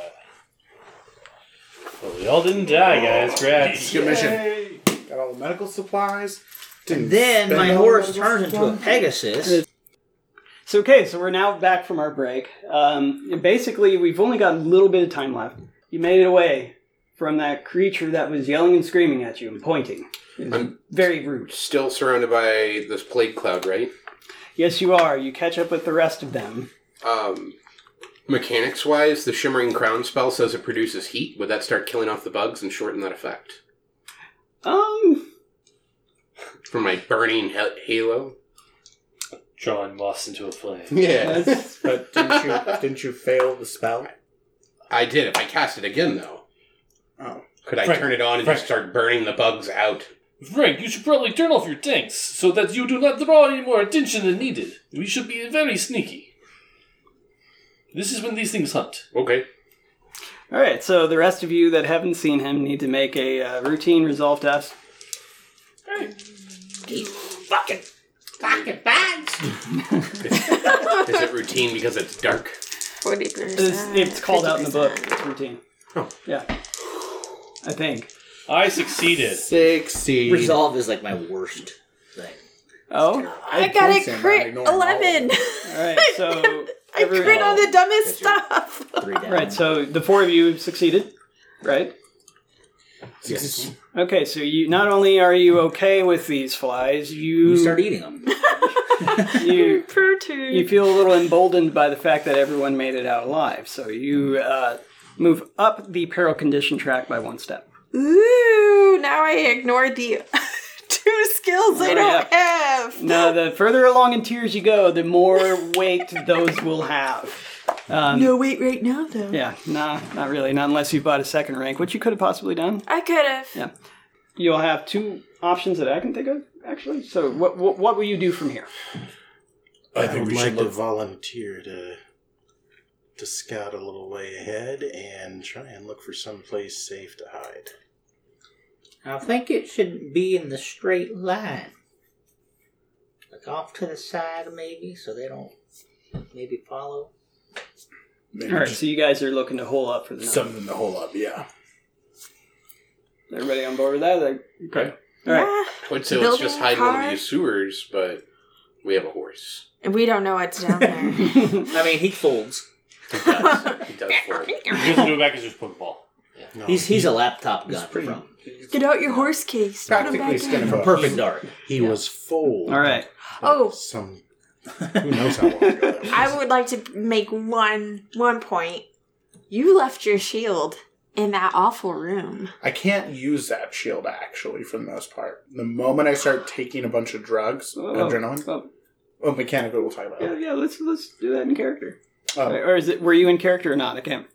Speaker 8: Well, we all didn't die, guys. Congrats.
Speaker 10: Good mission. Got all the medical supplies.
Speaker 5: And then my horse turns into a Pegasus.
Speaker 2: So okay, so we're now back from our break. Um, and basically, we've only got a little bit of time left. You made it away from that creature that was yelling and screaming at you and pointing.
Speaker 7: I'm
Speaker 2: very rude.
Speaker 7: Still surrounded by this plague cloud, right?
Speaker 2: Yes, you are. You catch up with the rest of them.
Speaker 7: Um, mechanics wise, the Shimmering Crown spell says it produces heat. Would that start killing off the bugs and shorten that effect?
Speaker 2: Um,
Speaker 7: From my burning ha- halo?
Speaker 8: John lost into a flame.
Speaker 7: Yeah.
Speaker 10: but didn't you, didn't you fail the spell?
Speaker 7: I did. If I cast it again, though,
Speaker 10: Oh.
Speaker 7: could I
Speaker 8: Frank,
Speaker 7: turn it on and
Speaker 8: Frank.
Speaker 7: just start burning the bugs out?
Speaker 8: Frank, you should probably turn off your tanks so that you do not draw any more attention than needed. We should be very sneaky. This is when these things hunt.
Speaker 7: Okay.
Speaker 2: all right. So the rest of you that haven't seen him need to make a uh, routine resolve test.
Speaker 5: Fucking.
Speaker 3: Pocket bags.
Speaker 7: Is it routine because it's dark?
Speaker 6: Forty percent.
Speaker 2: It's, it's called out in the book. It's routine.
Speaker 7: Oh.
Speaker 2: Yeah. I think.
Speaker 8: I succeeded.
Speaker 10: 60.
Speaker 5: Resolve is like my worst thing.
Speaker 2: Oh.
Speaker 6: I got a crit eleven.
Speaker 2: All right. So
Speaker 6: I
Speaker 2: every-
Speaker 6: crit on the dumbest stuff.
Speaker 5: Three down.
Speaker 2: Right, so the four of you succeeded, right?
Speaker 10: Yes.
Speaker 2: Okay, so you not only are you okay with these flies, you
Speaker 5: You start eating them.
Speaker 2: you,
Speaker 6: Per turn.
Speaker 2: you feel a little emboldened by the fact that everyone made it out alive. So you uh, move up the peril condition track by one step.
Speaker 6: Ooh, now I ignored the two skills I
Speaker 2: Oh,
Speaker 6: don't
Speaker 2: yeah.
Speaker 6: have.
Speaker 2: Now, the further along in tiers you go, the more weight those will have. Um,
Speaker 6: No wait right now though.
Speaker 2: Yeah, nah, not really. Not unless you bought a second rank, which you could have possibly done.
Speaker 6: I could have.
Speaker 2: Yeah, you'll have two options that I can think of actually. So, what what, what will you do from here?
Speaker 9: I
Speaker 4: I
Speaker 9: think
Speaker 4: would
Speaker 9: we
Speaker 4: like
Speaker 9: should
Speaker 4: to
Speaker 9: look.
Speaker 4: volunteer to to scout a little way ahead and try and look for some place safe to hide.
Speaker 5: I think it should be in the straight line. Like off to the side, maybe, so they don't maybe follow.
Speaker 9: Maybe
Speaker 2: All right, so you guys are looking to hole up for the night.
Speaker 9: Something to hold up, yeah.
Speaker 2: Everybody on board with that? Like, okay. All right.
Speaker 6: Yeah.
Speaker 7: I would say let's just
Speaker 6: Building
Speaker 7: hide
Speaker 6: a
Speaker 7: one of
Speaker 6: car?
Speaker 7: these sewers, but we have a horse.
Speaker 6: We don't know what's down there.
Speaker 5: I mean, he folds.
Speaker 7: He does for it.
Speaker 8: You have to do it back as just Pokeball.
Speaker 4: No,
Speaker 5: He's he's a laptop gun
Speaker 10: pretty-
Speaker 5: from
Speaker 6: Get out your horse case. Put 'em
Speaker 10: Practically
Speaker 6: back in.
Speaker 10: skin of a
Speaker 5: Perfect Dark.
Speaker 4: he was full.
Speaker 2: All right.
Speaker 6: Oh.
Speaker 4: some who knows how long ago that was.
Speaker 6: I would like to make one one point. You left your shield in that awful room.
Speaker 10: I can't use that shield actually for the most part. The moment I start taking a bunch of drugs, and
Speaker 2: Oh,
Speaker 10: adrenaline.
Speaker 2: oh,
Speaker 10: Oh, mechanical. We'll talk about
Speaker 2: yeah,
Speaker 10: it.
Speaker 2: yeah. Let's let's do that in character.
Speaker 10: Oh.
Speaker 2: Or is it? Were you in character or not? I can't.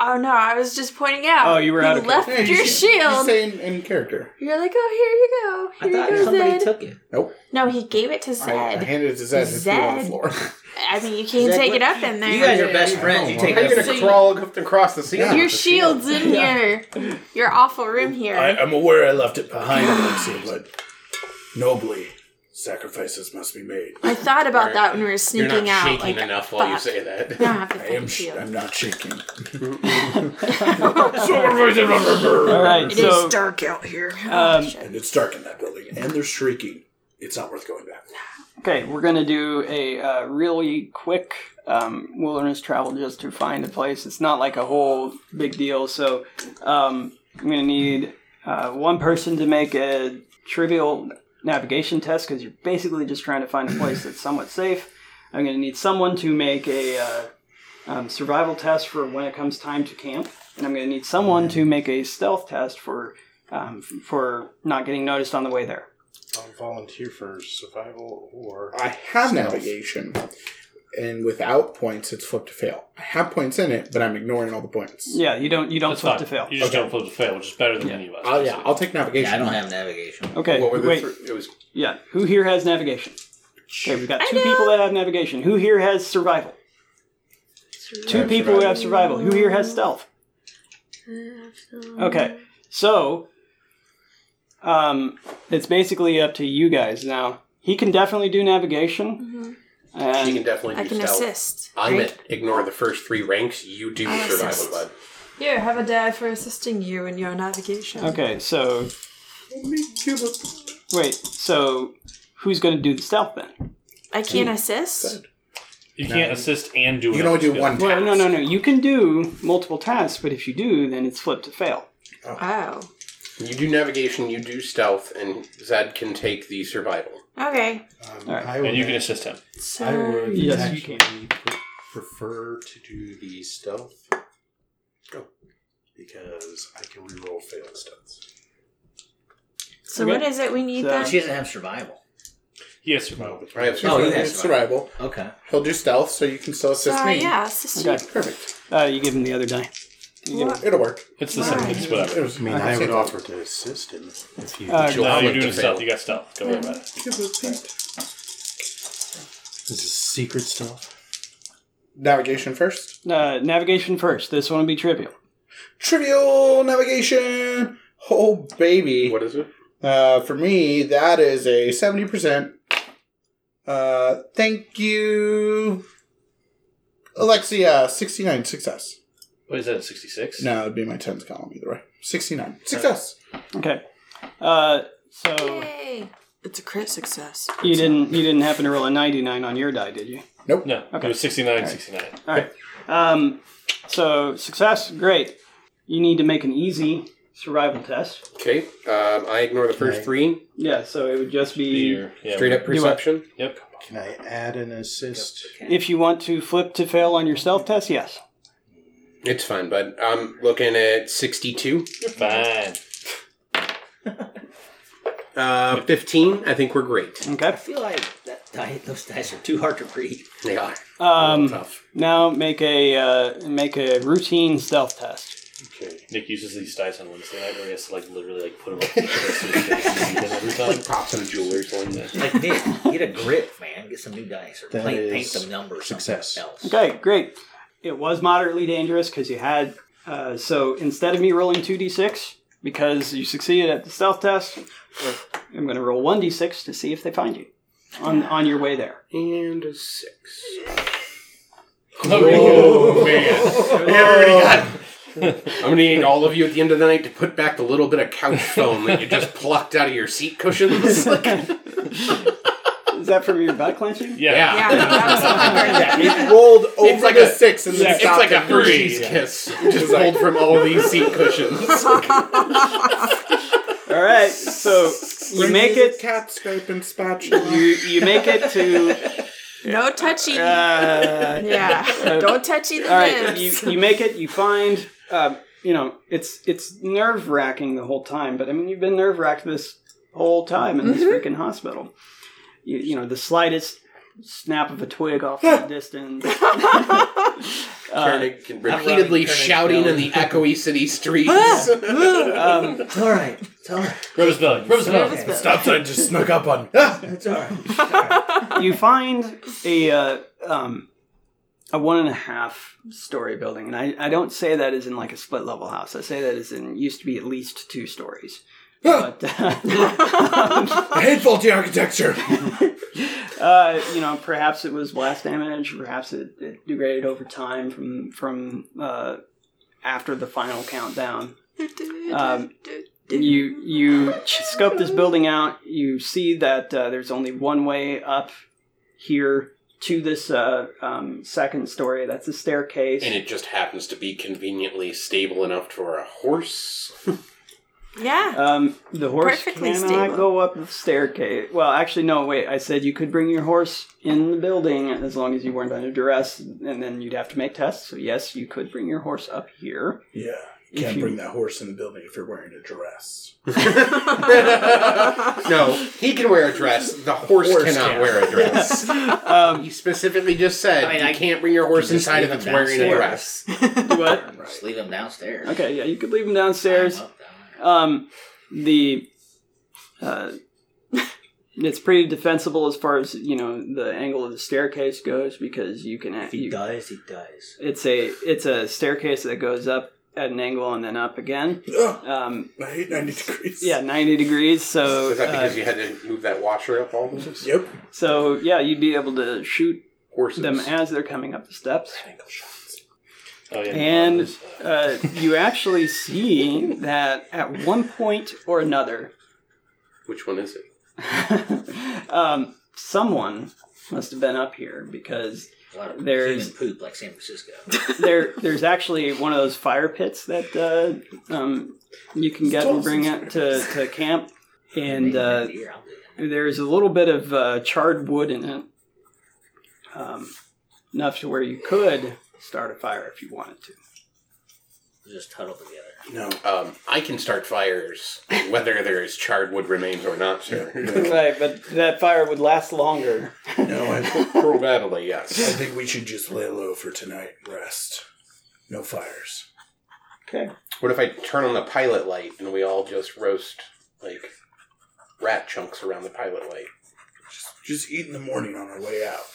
Speaker 6: Oh no, I was just pointing out.
Speaker 2: Oh, you were out of
Speaker 6: left
Speaker 10: Yeah, you
Speaker 6: your
Speaker 10: should- You
Speaker 6: shield.
Speaker 10: say in, in character.
Speaker 6: You're like, oh,
Speaker 5: I
Speaker 6: here you go.
Speaker 5: thought
Speaker 6: Here you go,
Speaker 5: somebody
Speaker 6: Zed.
Speaker 5: took it.
Speaker 6: no, he gave it to
Speaker 10: I, I
Speaker 6: Zed.
Speaker 10: handed it to Zed. It flew on the
Speaker 6: Zed.
Speaker 10: floor.
Speaker 6: I mean, you can't
Speaker 5: Zed,
Speaker 6: take
Speaker 5: what-
Speaker 6: it up in there.
Speaker 5: You guys are best
Speaker 10: I
Speaker 5: friends.
Speaker 10: don't
Speaker 5: You
Speaker 10: know.
Speaker 5: take
Speaker 10: How
Speaker 5: it.
Speaker 10: you
Speaker 5: as a
Speaker 10: gonna
Speaker 5: secret.
Speaker 7: Crawl up and across the ceiling.
Speaker 6: Your shield's in here. Your awful room here.
Speaker 9: I, I'm aware I left it behind, Alexia, but nobly, sacrifices must be made.
Speaker 6: I thought about
Speaker 7: You're-
Speaker 6: that when we were
Speaker 7: You're
Speaker 6: sneaking
Speaker 7: not
Speaker 6: out.
Speaker 7: shaking
Speaker 6: Like,
Speaker 7: enough while you
Speaker 6: fuck.
Speaker 7: say that.
Speaker 6: I don't have
Speaker 9: I
Speaker 6: the
Speaker 9: am
Speaker 6: fucking
Speaker 9: sh-
Speaker 6: shield.
Speaker 9: I'm not shaking.
Speaker 2: All right.
Speaker 6: It is
Speaker 2: so
Speaker 6: dark out here. Oh,
Speaker 2: Um,
Speaker 9: and it's dark in that building, and they're shrieking. It's not worth going back.
Speaker 2: okay, we're gonna do a uh, really quick um, wilderness travel just to find a place. It's not like a whole big deal. So um, I'm gonna need uh, one person to make a trivial navigation test because you're basically just trying to find a place that's somewhat safe. I'm gonna need someone to make a uh, um, survival test for when it comes time to camp, and I'm gonna need someone to make a stealth test for um, f- for not getting noticed on the way there.
Speaker 4: I'll volunteer for survival or
Speaker 10: I have navigation, and without points, it's flip to fail. I have points in it, but I'm ignoring all the points.
Speaker 2: Yeah, you don't you don't
Speaker 8: That's
Speaker 2: flip
Speaker 8: fine.
Speaker 2: to fail.
Speaker 8: You just don't flip to fail, which is better than any of us.
Speaker 10: I'll, Oh, yeah, I'll take navigation.
Speaker 5: Yeah, I don't have navigation.
Speaker 2: Okay,
Speaker 7: What were the
Speaker 2: wait.
Speaker 7: thr- it was
Speaker 2: Yeah, who here has navigation? Okay, we've got
Speaker 6: I
Speaker 2: two
Speaker 6: know.
Speaker 2: people that have navigation. Who here has survival? Two
Speaker 10: have
Speaker 2: people who have survival. Who here has stealth? Okay, so um, it's basically up to you guys now. He can definitely do navigation,
Speaker 7: She
Speaker 2: and
Speaker 7: can definitely
Speaker 6: I
Speaker 7: do
Speaker 6: can
Speaker 7: stealth.
Speaker 6: assist.
Speaker 7: I'm
Speaker 6: right?
Speaker 7: at ignore the first three ranks. You do
Speaker 6: I
Speaker 7: survival,
Speaker 6: assist.
Speaker 7: bud.
Speaker 6: Here, have a die for assisting you in your navigation.
Speaker 2: Okay, so. Wait, so who's going to do the stealth then?
Speaker 6: I can't assist.
Speaker 8: You can't assist and do.
Speaker 2: You
Speaker 8: can only do one
Speaker 2: Well, no, no, no. You can do multiple tasks, but if you do, then it's flipped to fail.
Speaker 6: Oh.
Speaker 7: You do navigation, you do stealth, and Zed can take the survival.
Speaker 6: Oh. Okay.
Speaker 4: I would-
Speaker 8: and you can assist him.
Speaker 4: I would
Speaker 2: Yes, you
Speaker 4: actually pre- prefer to do the stealth. Go. Because I can reroll failed stunts.
Speaker 6: So
Speaker 2: Okay.
Speaker 6: what is it we need
Speaker 2: So-
Speaker 6: then?
Speaker 2: She
Speaker 5: doesn't have survival.
Speaker 8: He has survival.
Speaker 7: I have
Speaker 5: Oh, he
Speaker 7: survival.
Speaker 5: has
Speaker 10: It's survival.
Speaker 5: Okay.
Speaker 10: He'll do stealth, so you can still assist
Speaker 6: Uh,
Speaker 10: me.
Speaker 6: yeah, assist
Speaker 2: Okay.
Speaker 6: you.
Speaker 10: Perfect.
Speaker 2: Uh, you give him the other die. You give him-
Speaker 10: It'll work.
Speaker 8: It's the same. It's whatever.
Speaker 4: I mean, I would offer to assist him if you.
Speaker 2: Uh,
Speaker 8: No,
Speaker 7: I
Speaker 8: you're
Speaker 7: would
Speaker 8: doing
Speaker 7: fail.
Speaker 8: stealth. You got stealth. Don't worry about it.
Speaker 4: This is secret stealth.
Speaker 10: Navigation first.
Speaker 2: uh, navigation first. This one will be trivial.
Speaker 10: Trivial navigation. Oh baby.
Speaker 7: What is it?
Speaker 10: Uh, for me, that is a seventy percent. Uh, thank you, Alexia. Sixty-nine success.
Speaker 8: What is that? Sixty six.
Speaker 10: No, it'd be my tens column either way.
Speaker 7: Uh,
Speaker 10: Sixty-nine success.
Speaker 2: Okay. Uh, so
Speaker 6: Yay! It's a crit success.
Speaker 2: you didn't you didn't happen to roll a ninety nine on your die, did you?
Speaker 8: No.
Speaker 2: Okay.
Speaker 8: It was 69, 69.
Speaker 2: All right. Um, so success, great. You need to make an easy survival test.
Speaker 7: Okay, um, I ignore the first three.
Speaker 2: Yeah. So it would just be
Speaker 8: Here. Yeah.
Speaker 7: Straight up perception.
Speaker 8: Yep.
Speaker 4: Can I add an assist?
Speaker 2: if you want to flip to fail on your stealth test. Yes.
Speaker 7: It's fine, but I'm looking at 62.
Speaker 8: You're fine.
Speaker 7: Uh, 15. I think we're great.
Speaker 2: Okay.
Speaker 5: I feel like that die, those dice are too hard to read.
Speaker 7: They are.
Speaker 2: Um,
Speaker 7: Tough.
Speaker 2: now make a uh, make a routine stealth test.
Speaker 4: Okay.
Speaker 8: Nick uses these dice on Wednesday night where he has to like literally like put them up to the suitcase and eat them every time.
Speaker 7: Like pops in a jeweler's one.
Speaker 5: Like Nick, get a grip, man. Get some new dice or
Speaker 4: That
Speaker 5: paint, paint
Speaker 4: is
Speaker 5: them numbers.
Speaker 4: success.
Speaker 5: Else.
Speaker 2: Okay. Great. It was moderately dangerous because you had. Uh, so instead of me rolling two d six because you succeeded at the stealth test, I'm going to roll one d six to see if they find you on on your way there.
Speaker 7: And a 6.
Speaker 8: Oh, man.
Speaker 7: I'm going to need all of you at the end of the night to put back the little bit of couch foam that you just plucked out of your seat cushions.
Speaker 2: Is that from your butt clenching?
Speaker 8: Yeah.
Speaker 7: Yeah.
Speaker 6: Yeah, that was
Speaker 7: Yeah,
Speaker 10: It rolled over
Speaker 7: like
Speaker 10: the
Speaker 7: a-
Speaker 10: six and then
Speaker 7: It's
Speaker 10: stopped.
Speaker 7: like a
Speaker 10: at
Speaker 7: Hershey's
Speaker 8: Yeah.
Speaker 7: kiss. Just pulled from all these seat cushions.
Speaker 2: All right, so you make it.
Speaker 10: cat scrape and
Speaker 2: You
Speaker 10: spatula.
Speaker 2: you make it to.
Speaker 6: No touchy.
Speaker 2: Uh,
Speaker 6: yeah. Don't touchy the
Speaker 2: all right,
Speaker 6: lips.
Speaker 2: you, you make it. You find. Um, you know, it's it's nerve wracking the whole time, but I mean, you've been nerve wracked this whole time in this freaking hospital. You, you know, the slightest snap of a twig off in the distance.
Speaker 7: Turning Ah! and repeatedly shouting in the echoey city streets.
Speaker 2: Um,
Speaker 5: It's all right. It's all right.
Speaker 8: Rose Belly. Rose Belly.
Speaker 6: Okay.
Speaker 9: Stop sign just snuck up on me.
Speaker 10: Ah!
Speaker 5: It's all right.
Speaker 2: you find a uh, um, a one and a half story building, and I, I don't say that as in like a split level house. I say that as in used to be at least two stories. but uh,
Speaker 9: Hateful to architecture.
Speaker 2: uh, you know, perhaps it was blast damage. Perhaps it, it degraded over time from from uh, after the final countdown. Um, you you ch- scope this building out. You see that uh, there's only one way up here to this uh, um, second story. That's a staircase.
Speaker 7: And it just happens to be conveniently stable enough for a horse.
Speaker 6: yeah.
Speaker 2: Um, the horse
Speaker 6: Perfectly
Speaker 2: cannot
Speaker 6: stable.
Speaker 2: go up the staircase. Well, actually, no. Wait, I said you could bring your horse in the building as long as you weren't under duress, and then you'd have to make tests. So yes, you could bring your horse up here.
Speaker 9: Yeah.
Speaker 2: If
Speaker 9: Can't
Speaker 2: you-
Speaker 9: bring that horse in the building if you're wearing a dress.
Speaker 7: no, he can wear a dress. The horse,
Speaker 9: horse
Speaker 7: cannot
Speaker 9: can.
Speaker 7: wear a dress.
Speaker 2: Um,
Speaker 7: He specifically just said
Speaker 5: I mean,
Speaker 7: you
Speaker 5: I-
Speaker 7: can't bring your horse
Speaker 5: Just
Speaker 7: inside if
Speaker 5: leave
Speaker 7: it's
Speaker 5: him
Speaker 7: wearing a dress.
Speaker 5: downstairs.
Speaker 2: what?
Speaker 5: Just leave them downstairs. Oh,
Speaker 2: Okay, yeah, you could leave him downstairs.
Speaker 5: Up, down.
Speaker 2: Um, the uh, it's pretty defensible as far as you know the angle of the staircase goes because you can
Speaker 5: If he
Speaker 2: you,
Speaker 5: dies, he dies.
Speaker 2: it's a it's a staircase that goes up at an angle and then up again.
Speaker 9: Ugh,
Speaker 2: Um,
Speaker 9: I hate 90 degrees.
Speaker 2: Yeah, ninety degrees. So,
Speaker 7: Is that
Speaker 2: uh,
Speaker 7: because you had to move that washer up all those
Speaker 9: Yep.
Speaker 2: so yeah, you'd be able to shoot
Speaker 7: horses?
Speaker 2: them as they're coming up the steps.
Speaker 8: Oh, yeah.
Speaker 2: And uh, you actually see that at one point or another,
Speaker 7: Which one is it?
Speaker 2: um, someone must have been up here because
Speaker 5: A lot of
Speaker 2: There's-
Speaker 5: human poop like San Francisco.
Speaker 2: there there's actually one of those fire pits that uh, um, you can get and bring out to, to camp, and uh,
Speaker 5: Here, I'll do that.
Speaker 2: there's a little bit of uh, charred wood in it, um, enough to where you could start a fire if you wanted to.
Speaker 5: We'll just huddle together.
Speaker 9: No.
Speaker 7: Um, I can start fires, whether there is charred wood remains or not, sir.
Speaker 2: Right, but that fire would last longer.
Speaker 9: No, I, I
Speaker 7: Probably, yes.
Speaker 9: think we should just lay low for tonight and rest. No fires.
Speaker 2: Okay.
Speaker 7: What if I turn on the pilot light and we all just roast, like, rat chunks around the pilot light?
Speaker 9: Just, just eat in the morning on our way out.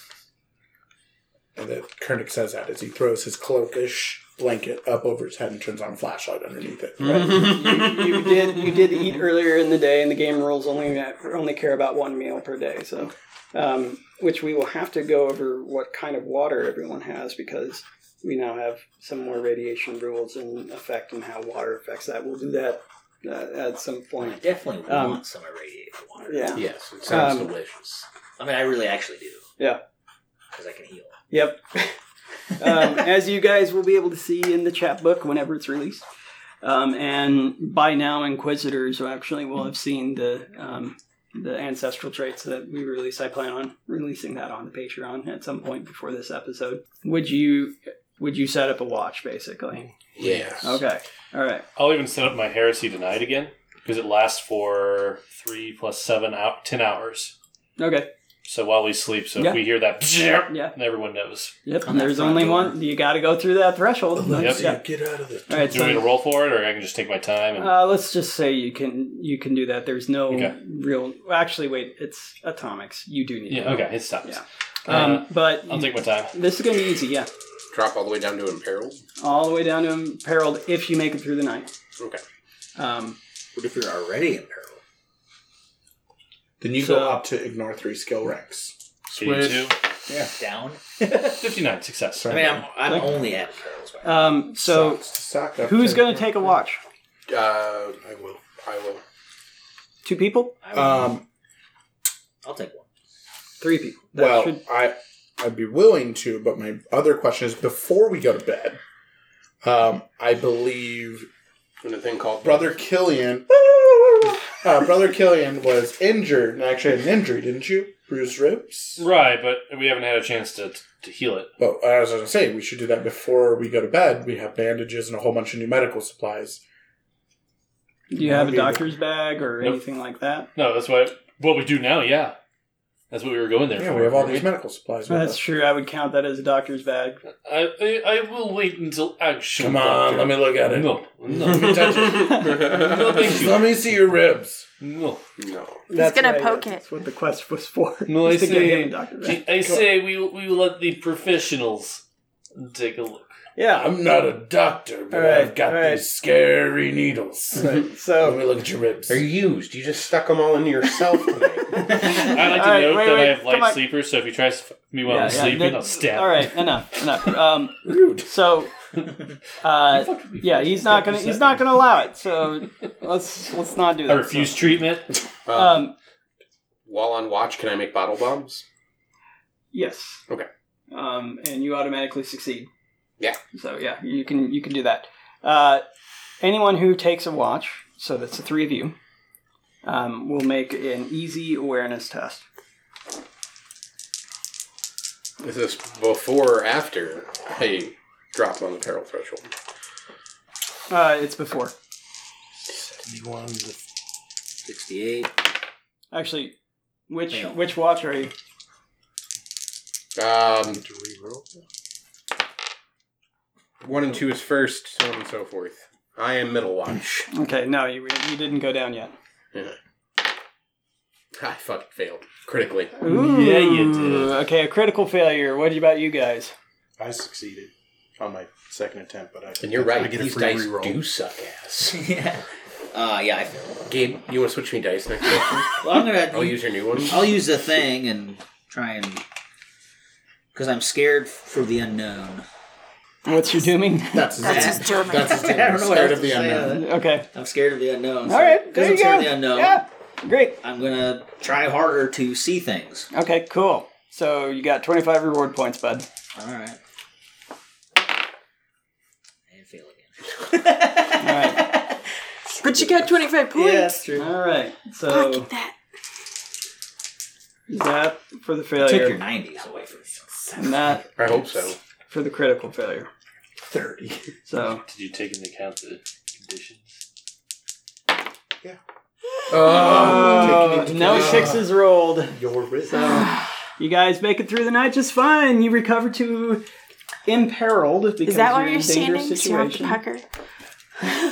Speaker 9: And then Koenig says that as he throws his cloakish blanket up over his head and turns on a flashlight underneath
Speaker 2: Mm-hmm.
Speaker 9: it.
Speaker 2: You, you did you did eat earlier in the day, and the game rules only only care about one meal per day. So, um, which we will have to go over what kind of water everyone has because we now have some more radiation rules in effect and how water affects that. We'll do that uh, at some
Speaker 5: I
Speaker 2: point.
Speaker 5: definitely
Speaker 2: Um,
Speaker 5: want some irradiated water.
Speaker 2: Yeah.
Speaker 7: Yes, it sounds
Speaker 2: Um,
Speaker 7: delicious.
Speaker 5: I mean, I really actually do.
Speaker 2: Yeah.
Speaker 5: Because I can heal.
Speaker 2: Yep. um, as you guys will be able to see in the chat book whenever it's released. Um, and by now, Inquisitors actually will have seen the um, the ancestral traits that we release. I plan on releasing that on the Patreon at some point before this episode. Would you would you set up a watch basically?
Speaker 7: Yes.
Speaker 2: Okay. All right.
Speaker 8: I'll even set up my heresy tonight again because it lasts for three plus seven out ten hours.
Speaker 2: Okay.
Speaker 8: So while we sleep, so
Speaker 2: Yeah.
Speaker 8: if we hear that,
Speaker 2: Yeah.
Speaker 8: and everyone knows.
Speaker 2: Yep.
Speaker 5: On that
Speaker 2: There's
Speaker 5: front
Speaker 2: only
Speaker 5: door.
Speaker 2: one. You got to go through that threshold.
Speaker 8: Yep.
Speaker 2: Yeah.
Speaker 9: Get out of this.
Speaker 2: All right.
Speaker 8: Do you want me
Speaker 2: So
Speaker 8: to roll for it, or I can just take my time? And
Speaker 2: Uh, let's just say you can you can do that. There's no
Speaker 8: Okay.
Speaker 2: real. Actually, wait. It's atomics. You do need.
Speaker 8: yeah,
Speaker 2: it.
Speaker 8: okay, it stops.
Speaker 2: Yeah.
Speaker 8: Uh,
Speaker 2: Um, but
Speaker 8: I'll take my time.
Speaker 2: this is gonna be easy. Yeah,
Speaker 7: Drop all the way down to imperiled?
Speaker 2: all the way down to imperiled if you make it through the night.
Speaker 7: Okay.
Speaker 2: Um,
Speaker 5: What if you're already in peril?
Speaker 10: Then you
Speaker 2: So-
Speaker 10: go up to ignore three skill ranks.
Speaker 8: Eighty-two,
Speaker 5: Down?
Speaker 8: fifty-nine, success.
Speaker 5: I
Speaker 10: Sorry.
Speaker 5: mean, I'm, I'm
Speaker 2: Okay.
Speaker 5: only at perils. Right?
Speaker 2: um, so
Speaker 10: Sucks to suck up
Speaker 2: who's
Speaker 10: to-
Speaker 2: gonna take a watch?
Speaker 7: Uh, I will. I will.
Speaker 2: Two people,
Speaker 5: I will-
Speaker 10: Um,
Speaker 5: I'll take one.
Speaker 2: three people. That
Speaker 10: well,
Speaker 2: should-
Speaker 10: I I'd be willing to, but my other question is before we go to bed. Um, I believe
Speaker 7: And a thing called
Speaker 10: brother Killian, uh, brother Killian was injured and actually had an injury, didn't you? Bruised ribs.
Speaker 8: Right, but we haven't had a chance to to heal it.
Speaker 10: But as I was gonna say, we should do that before we go to bed. We have bandages and a whole bunch of new medical supplies.
Speaker 2: do you have a
Speaker 10: maybe.
Speaker 2: doctor's bag or
Speaker 8: Nope.
Speaker 2: anything like that?
Speaker 8: No, that's why. What we do now, yeah, that's what we were going there
Speaker 10: Yeah,
Speaker 8: for.
Speaker 10: we have all these medical supplies. With
Speaker 2: That's
Speaker 10: us.
Speaker 2: true. I would count that as a doctor's bag.
Speaker 8: I, I I will wait until action.
Speaker 9: Come on, let me look at it.
Speaker 8: No,
Speaker 9: Let me
Speaker 8: no,
Speaker 9: touch it.
Speaker 8: no, thank you.
Speaker 9: Let me see your ribs.
Speaker 8: No,
Speaker 7: No.
Speaker 6: He's
Speaker 2: That's
Speaker 6: gonna
Speaker 2: right,
Speaker 6: poke
Speaker 2: That's
Speaker 6: it.
Speaker 2: what the quest was for.
Speaker 8: No,
Speaker 2: was
Speaker 8: I
Speaker 2: to give
Speaker 8: see.
Speaker 2: him a doctor's bag.
Speaker 8: I say we we will let the professionals take a look.
Speaker 2: Yeah.
Speaker 9: I'm not a doctor, but
Speaker 2: All right,
Speaker 9: I've got
Speaker 2: all right.
Speaker 9: these scary needles.
Speaker 2: Right,
Speaker 9: Let
Speaker 2: So.
Speaker 9: me look at your ribs.
Speaker 7: They're used. You just stuck them all into yourself tonight.
Speaker 8: I
Speaker 2: All
Speaker 8: like to
Speaker 2: right,
Speaker 8: note
Speaker 2: wait,
Speaker 8: that
Speaker 2: wait,
Speaker 8: I have
Speaker 2: come on.
Speaker 8: light sleepers, so if he tries to fuck me while
Speaker 2: Yeah,
Speaker 8: I'm
Speaker 2: yeah,
Speaker 8: sleeping,
Speaker 2: the-
Speaker 8: I'll stab.
Speaker 2: All right, enough, enough. Um,
Speaker 9: Rude.
Speaker 2: so, uh, yeah, he's not gonna he's not gonna allow it. So let's let's not do
Speaker 8: I
Speaker 2: that.
Speaker 8: refuse treatment.
Speaker 7: Um,
Speaker 2: So, um,
Speaker 7: while on watch, can I make bottle bombs?
Speaker 2: yes.
Speaker 7: Okay.
Speaker 2: Um, and you automatically succeed.
Speaker 7: Yeah.
Speaker 2: So yeah, you can you can do that. Uh, anyone who takes a watch, so that's the three of you, um, will make an easy awareness test.
Speaker 7: Is this before or after I drop on the peril threshold?
Speaker 2: Uh, it's before.
Speaker 5: 68.
Speaker 2: Actually, which
Speaker 5: Fail.
Speaker 2: which watch are you?
Speaker 7: Um, one and two is first, so on and so forth. I am middle watch.
Speaker 2: Okay, no, you you didn't go down yet.
Speaker 7: I fucking failed critically.
Speaker 2: Ooh,
Speaker 8: Yeah, you did.
Speaker 2: Okay, a critical failure. What about you guys?
Speaker 4: I succeeded on my second attempt, but I
Speaker 7: And you're right.
Speaker 4: I get a
Speaker 7: These
Speaker 4: free
Speaker 7: dice
Speaker 4: reroll.
Speaker 7: do suck ass.
Speaker 5: yeah. Uh, yeah, I failed.
Speaker 7: Gabe, you want to switch me dice next time?
Speaker 5: Well, I'm
Speaker 2: Oh,
Speaker 5: gonna.
Speaker 7: I'll use your new one.
Speaker 5: I'll use the thing and try and because I'm scared for the unknown.
Speaker 2: What's your dooming?
Speaker 10: That's his
Speaker 2: That's
Speaker 10: name.
Speaker 2: his dooming.
Speaker 10: That's his dooming.
Speaker 2: I don't know what else
Speaker 10: Scared of
Speaker 2: to
Speaker 10: the
Speaker 2: say
Speaker 10: unknown.
Speaker 2: Okay.
Speaker 5: I'm scared of the unknown.
Speaker 2: All right, there
Speaker 5: Because I'm
Speaker 2: you
Speaker 5: scared
Speaker 2: go.
Speaker 5: of the unknown.
Speaker 2: Yeah, great.
Speaker 5: I'm gonna try harder to see things.
Speaker 2: Okay, cool. So you got 25 reward points, bud.
Speaker 5: All right. And fail again.
Speaker 6: But you got 25 points.
Speaker 2: All right. So
Speaker 6: that.
Speaker 2: that for the failure.
Speaker 5: Took your 90s away from you.
Speaker 2: And that
Speaker 7: I hope so.
Speaker 2: For the critical failure.
Speaker 10: 30.
Speaker 2: So
Speaker 8: Did you take into account the conditions?
Speaker 2: Oh,
Speaker 10: Taking into
Speaker 2: no
Speaker 10: account-
Speaker 2: sixes rolled.
Speaker 11: Uh,
Speaker 10: Your rhythm.
Speaker 2: So you guys make it through the night just fine. You recover to imperiled. because
Speaker 6: Is that why
Speaker 2: in
Speaker 6: you're
Speaker 2: a
Speaker 6: standing?
Speaker 2: dangerous
Speaker 6: So you don't have to
Speaker 2: situation.
Speaker 6: pucker?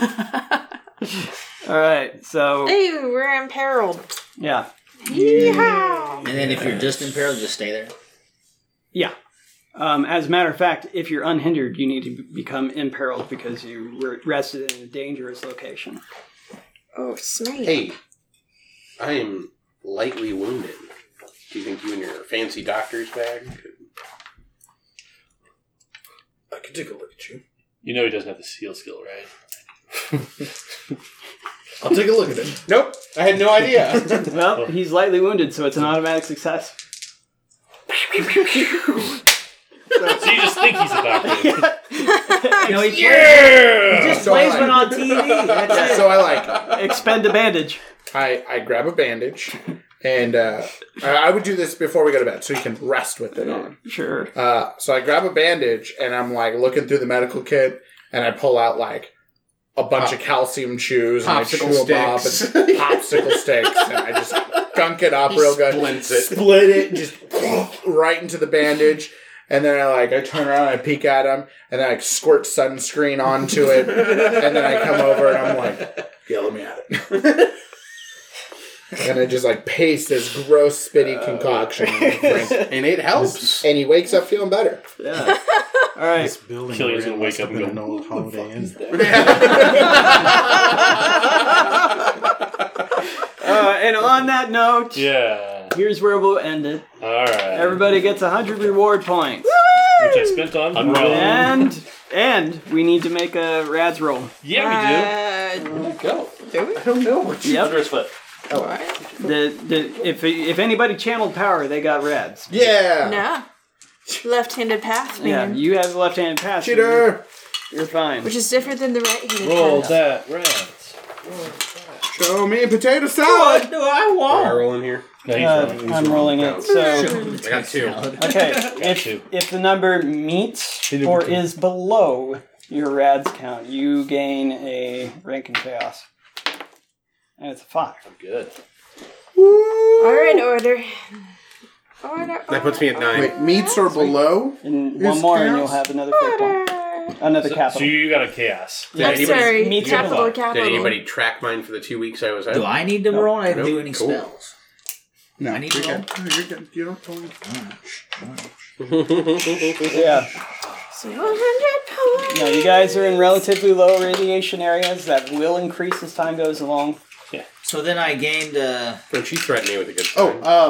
Speaker 2: All right. So
Speaker 6: Ew, we're imperiled.
Speaker 2: yeah,
Speaker 6: Yeehaw!
Speaker 5: And then if you're just in peril, just stay there.
Speaker 2: yeah. Um, as a matter of fact, if you're unhindered, you need to b- become imperiled because you were rested in a dangerous location.
Speaker 6: Oh, snap.
Speaker 7: Hey, I am lightly wounded. Do you think you and your fancy doctor's bag could
Speaker 11: I could take a look at you.
Speaker 8: You know he doesn't have the seal skill, right?
Speaker 11: I'll take a look at it.
Speaker 7: Nope, I had no idea.
Speaker 2: well, he's lightly wounded, so it's an automatic success.
Speaker 8: so you just think he's a doctor.
Speaker 2: no, he
Speaker 11: Yeah!
Speaker 5: Just
Speaker 11: So
Speaker 5: plays
Speaker 11: I-
Speaker 5: one on TV. That's
Speaker 11: Yeah,
Speaker 5: it.
Speaker 11: so I like.
Speaker 2: Expend a bandage.
Speaker 10: I, I grab a bandage, and uh, I, I would do this before we go to bed so you can rest with it on.
Speaker 2: Sure.
Speaker 10: Uh, so I grab a bandage, and I'm like looking through the medical kit, and I pull out like a bunch of calcium chews, and I chew
Speaker 11: Popsicle
Speaker 10: them up,
Speaker 11: sticks.
Speaker 10: and popsicle sticks, and I just gunk it up
Speaker 11: He
Speaker 10: real good,
Speaker 11: splints it.
Speaker 10: split it, just right into the bandage. And then I like I turn around, I peek at him, and then I squirt sunscreen onto it, and then I come over and I'm like,
Speaker 11: Yeah, let me at it.
Speaker 10: and I just like paste this gross
Speaker 11: Uh.
Speaker 10: spitty concoction, on Frank.
Speaker 7: and it helps.
Speaker 10: and he wakes up feeling better.
Speaker 2: Yeah. All right.
Speaker 4: This building
Speaker 8: Killian's
Speaker 4: we're in
Speaker 8: gonna wake
Speaker 4: must have
Speaker 8: up and
Speaker 4: been
Speaker 8: go,
Speaker 4: an old Holiday Inn.
Speaker 2: Uh, and on that note,
Speaker 8: Yeah.
Speaker 2: here's where we'll end it.
Speaker 8: All right.
Speaker 2: Everybody gets 100 reward points.
Speaker 8: Which I spent on Umbrella.
Speaker 2: And and we need to make a Rad's roll.
Speaker 8: Yeah,
Speaker 10: Go. I don't know
Speaker 8: we
Speaker 10: what
Speaker 8: do.
Speaker 2: Yep.
Speaker 8: Reverse flip.
Speaker 2: The, the, if if anybody channeled power, they got Rads.
Speaker 10: Yeah.
Speaker 6: No. Left-handed path,
Speaker 2: Uh. Yeah,
Speaker 6: man.
Speaker 2: you have left hand pass. so You're,
Speaker 10: Cheater.
Speaker 2: you're fine.
Speaker 6: Which is different than the right-handed
Speaker 8: Roll
Speaker 6: path.
Speaker 8: that round.
Speaker 10: Show me potato salad.
Speaker 5: do I
Speaker 7: Am I
Speaker 5: want?
Speaker 7: rolling here?
Speaker 8: No, he's
Speaker 2: Uh,
Speaker 8: wrong.
Speaker 2: I'm rolling it. So
Speaker 7: I got two.
Speaker 2: okay, if
Speaker 8: two.
Speaker 2: if the number meets or is below your Rads count, you gain a rank in chaos, and it's a five.
Speaker 8: Good.
Speaker 6: All right, order. Order,
Speaker 7: That puts me at nine.
Speaker 10: Wait, meats or below?
Speaker 2: And
Speaker 10: Is
Speaker 2: one more, and
Speaker 10: chaos-
Speaker 2: you'll have another fake one.
Speaker 6: order.
Speaker 2: Another
Speaker 8: So,
Speaker 2: capital.
Speaker 8: so you got a chaos.
Speaker 2: Yeah,
Speaker 6: I'm
Speaker 7: anybody-
Speaker 6: sorry.
Speaker 2: me too.
Speaker 6: capital,
Speaker 7: Did
Speaker 6: capital.
Speaker 7: anybody track mine for the two weeks I was out?
Speaker 5: Do I need to roll? I didn't do any
Speaker 7: Cool.
Speaker 5: spells.
Speaker 10: No,
Speaker 5: I need
Speaker 10: you're
Speaker 5: to
Speaker 10: good. No, You're good. You don't totally.
Speaker 2: yeah.
Speaker 6: So 100 points.
Speaker 2: No, you guys are in relatively low radiation areas that will increase as time goes along.
Speaker 5: So then I gained. Uh,
Speaker 7: When she threatened me with a good
Speaker 10: Oh,
Speaker 7: time.
Speaker 10: um,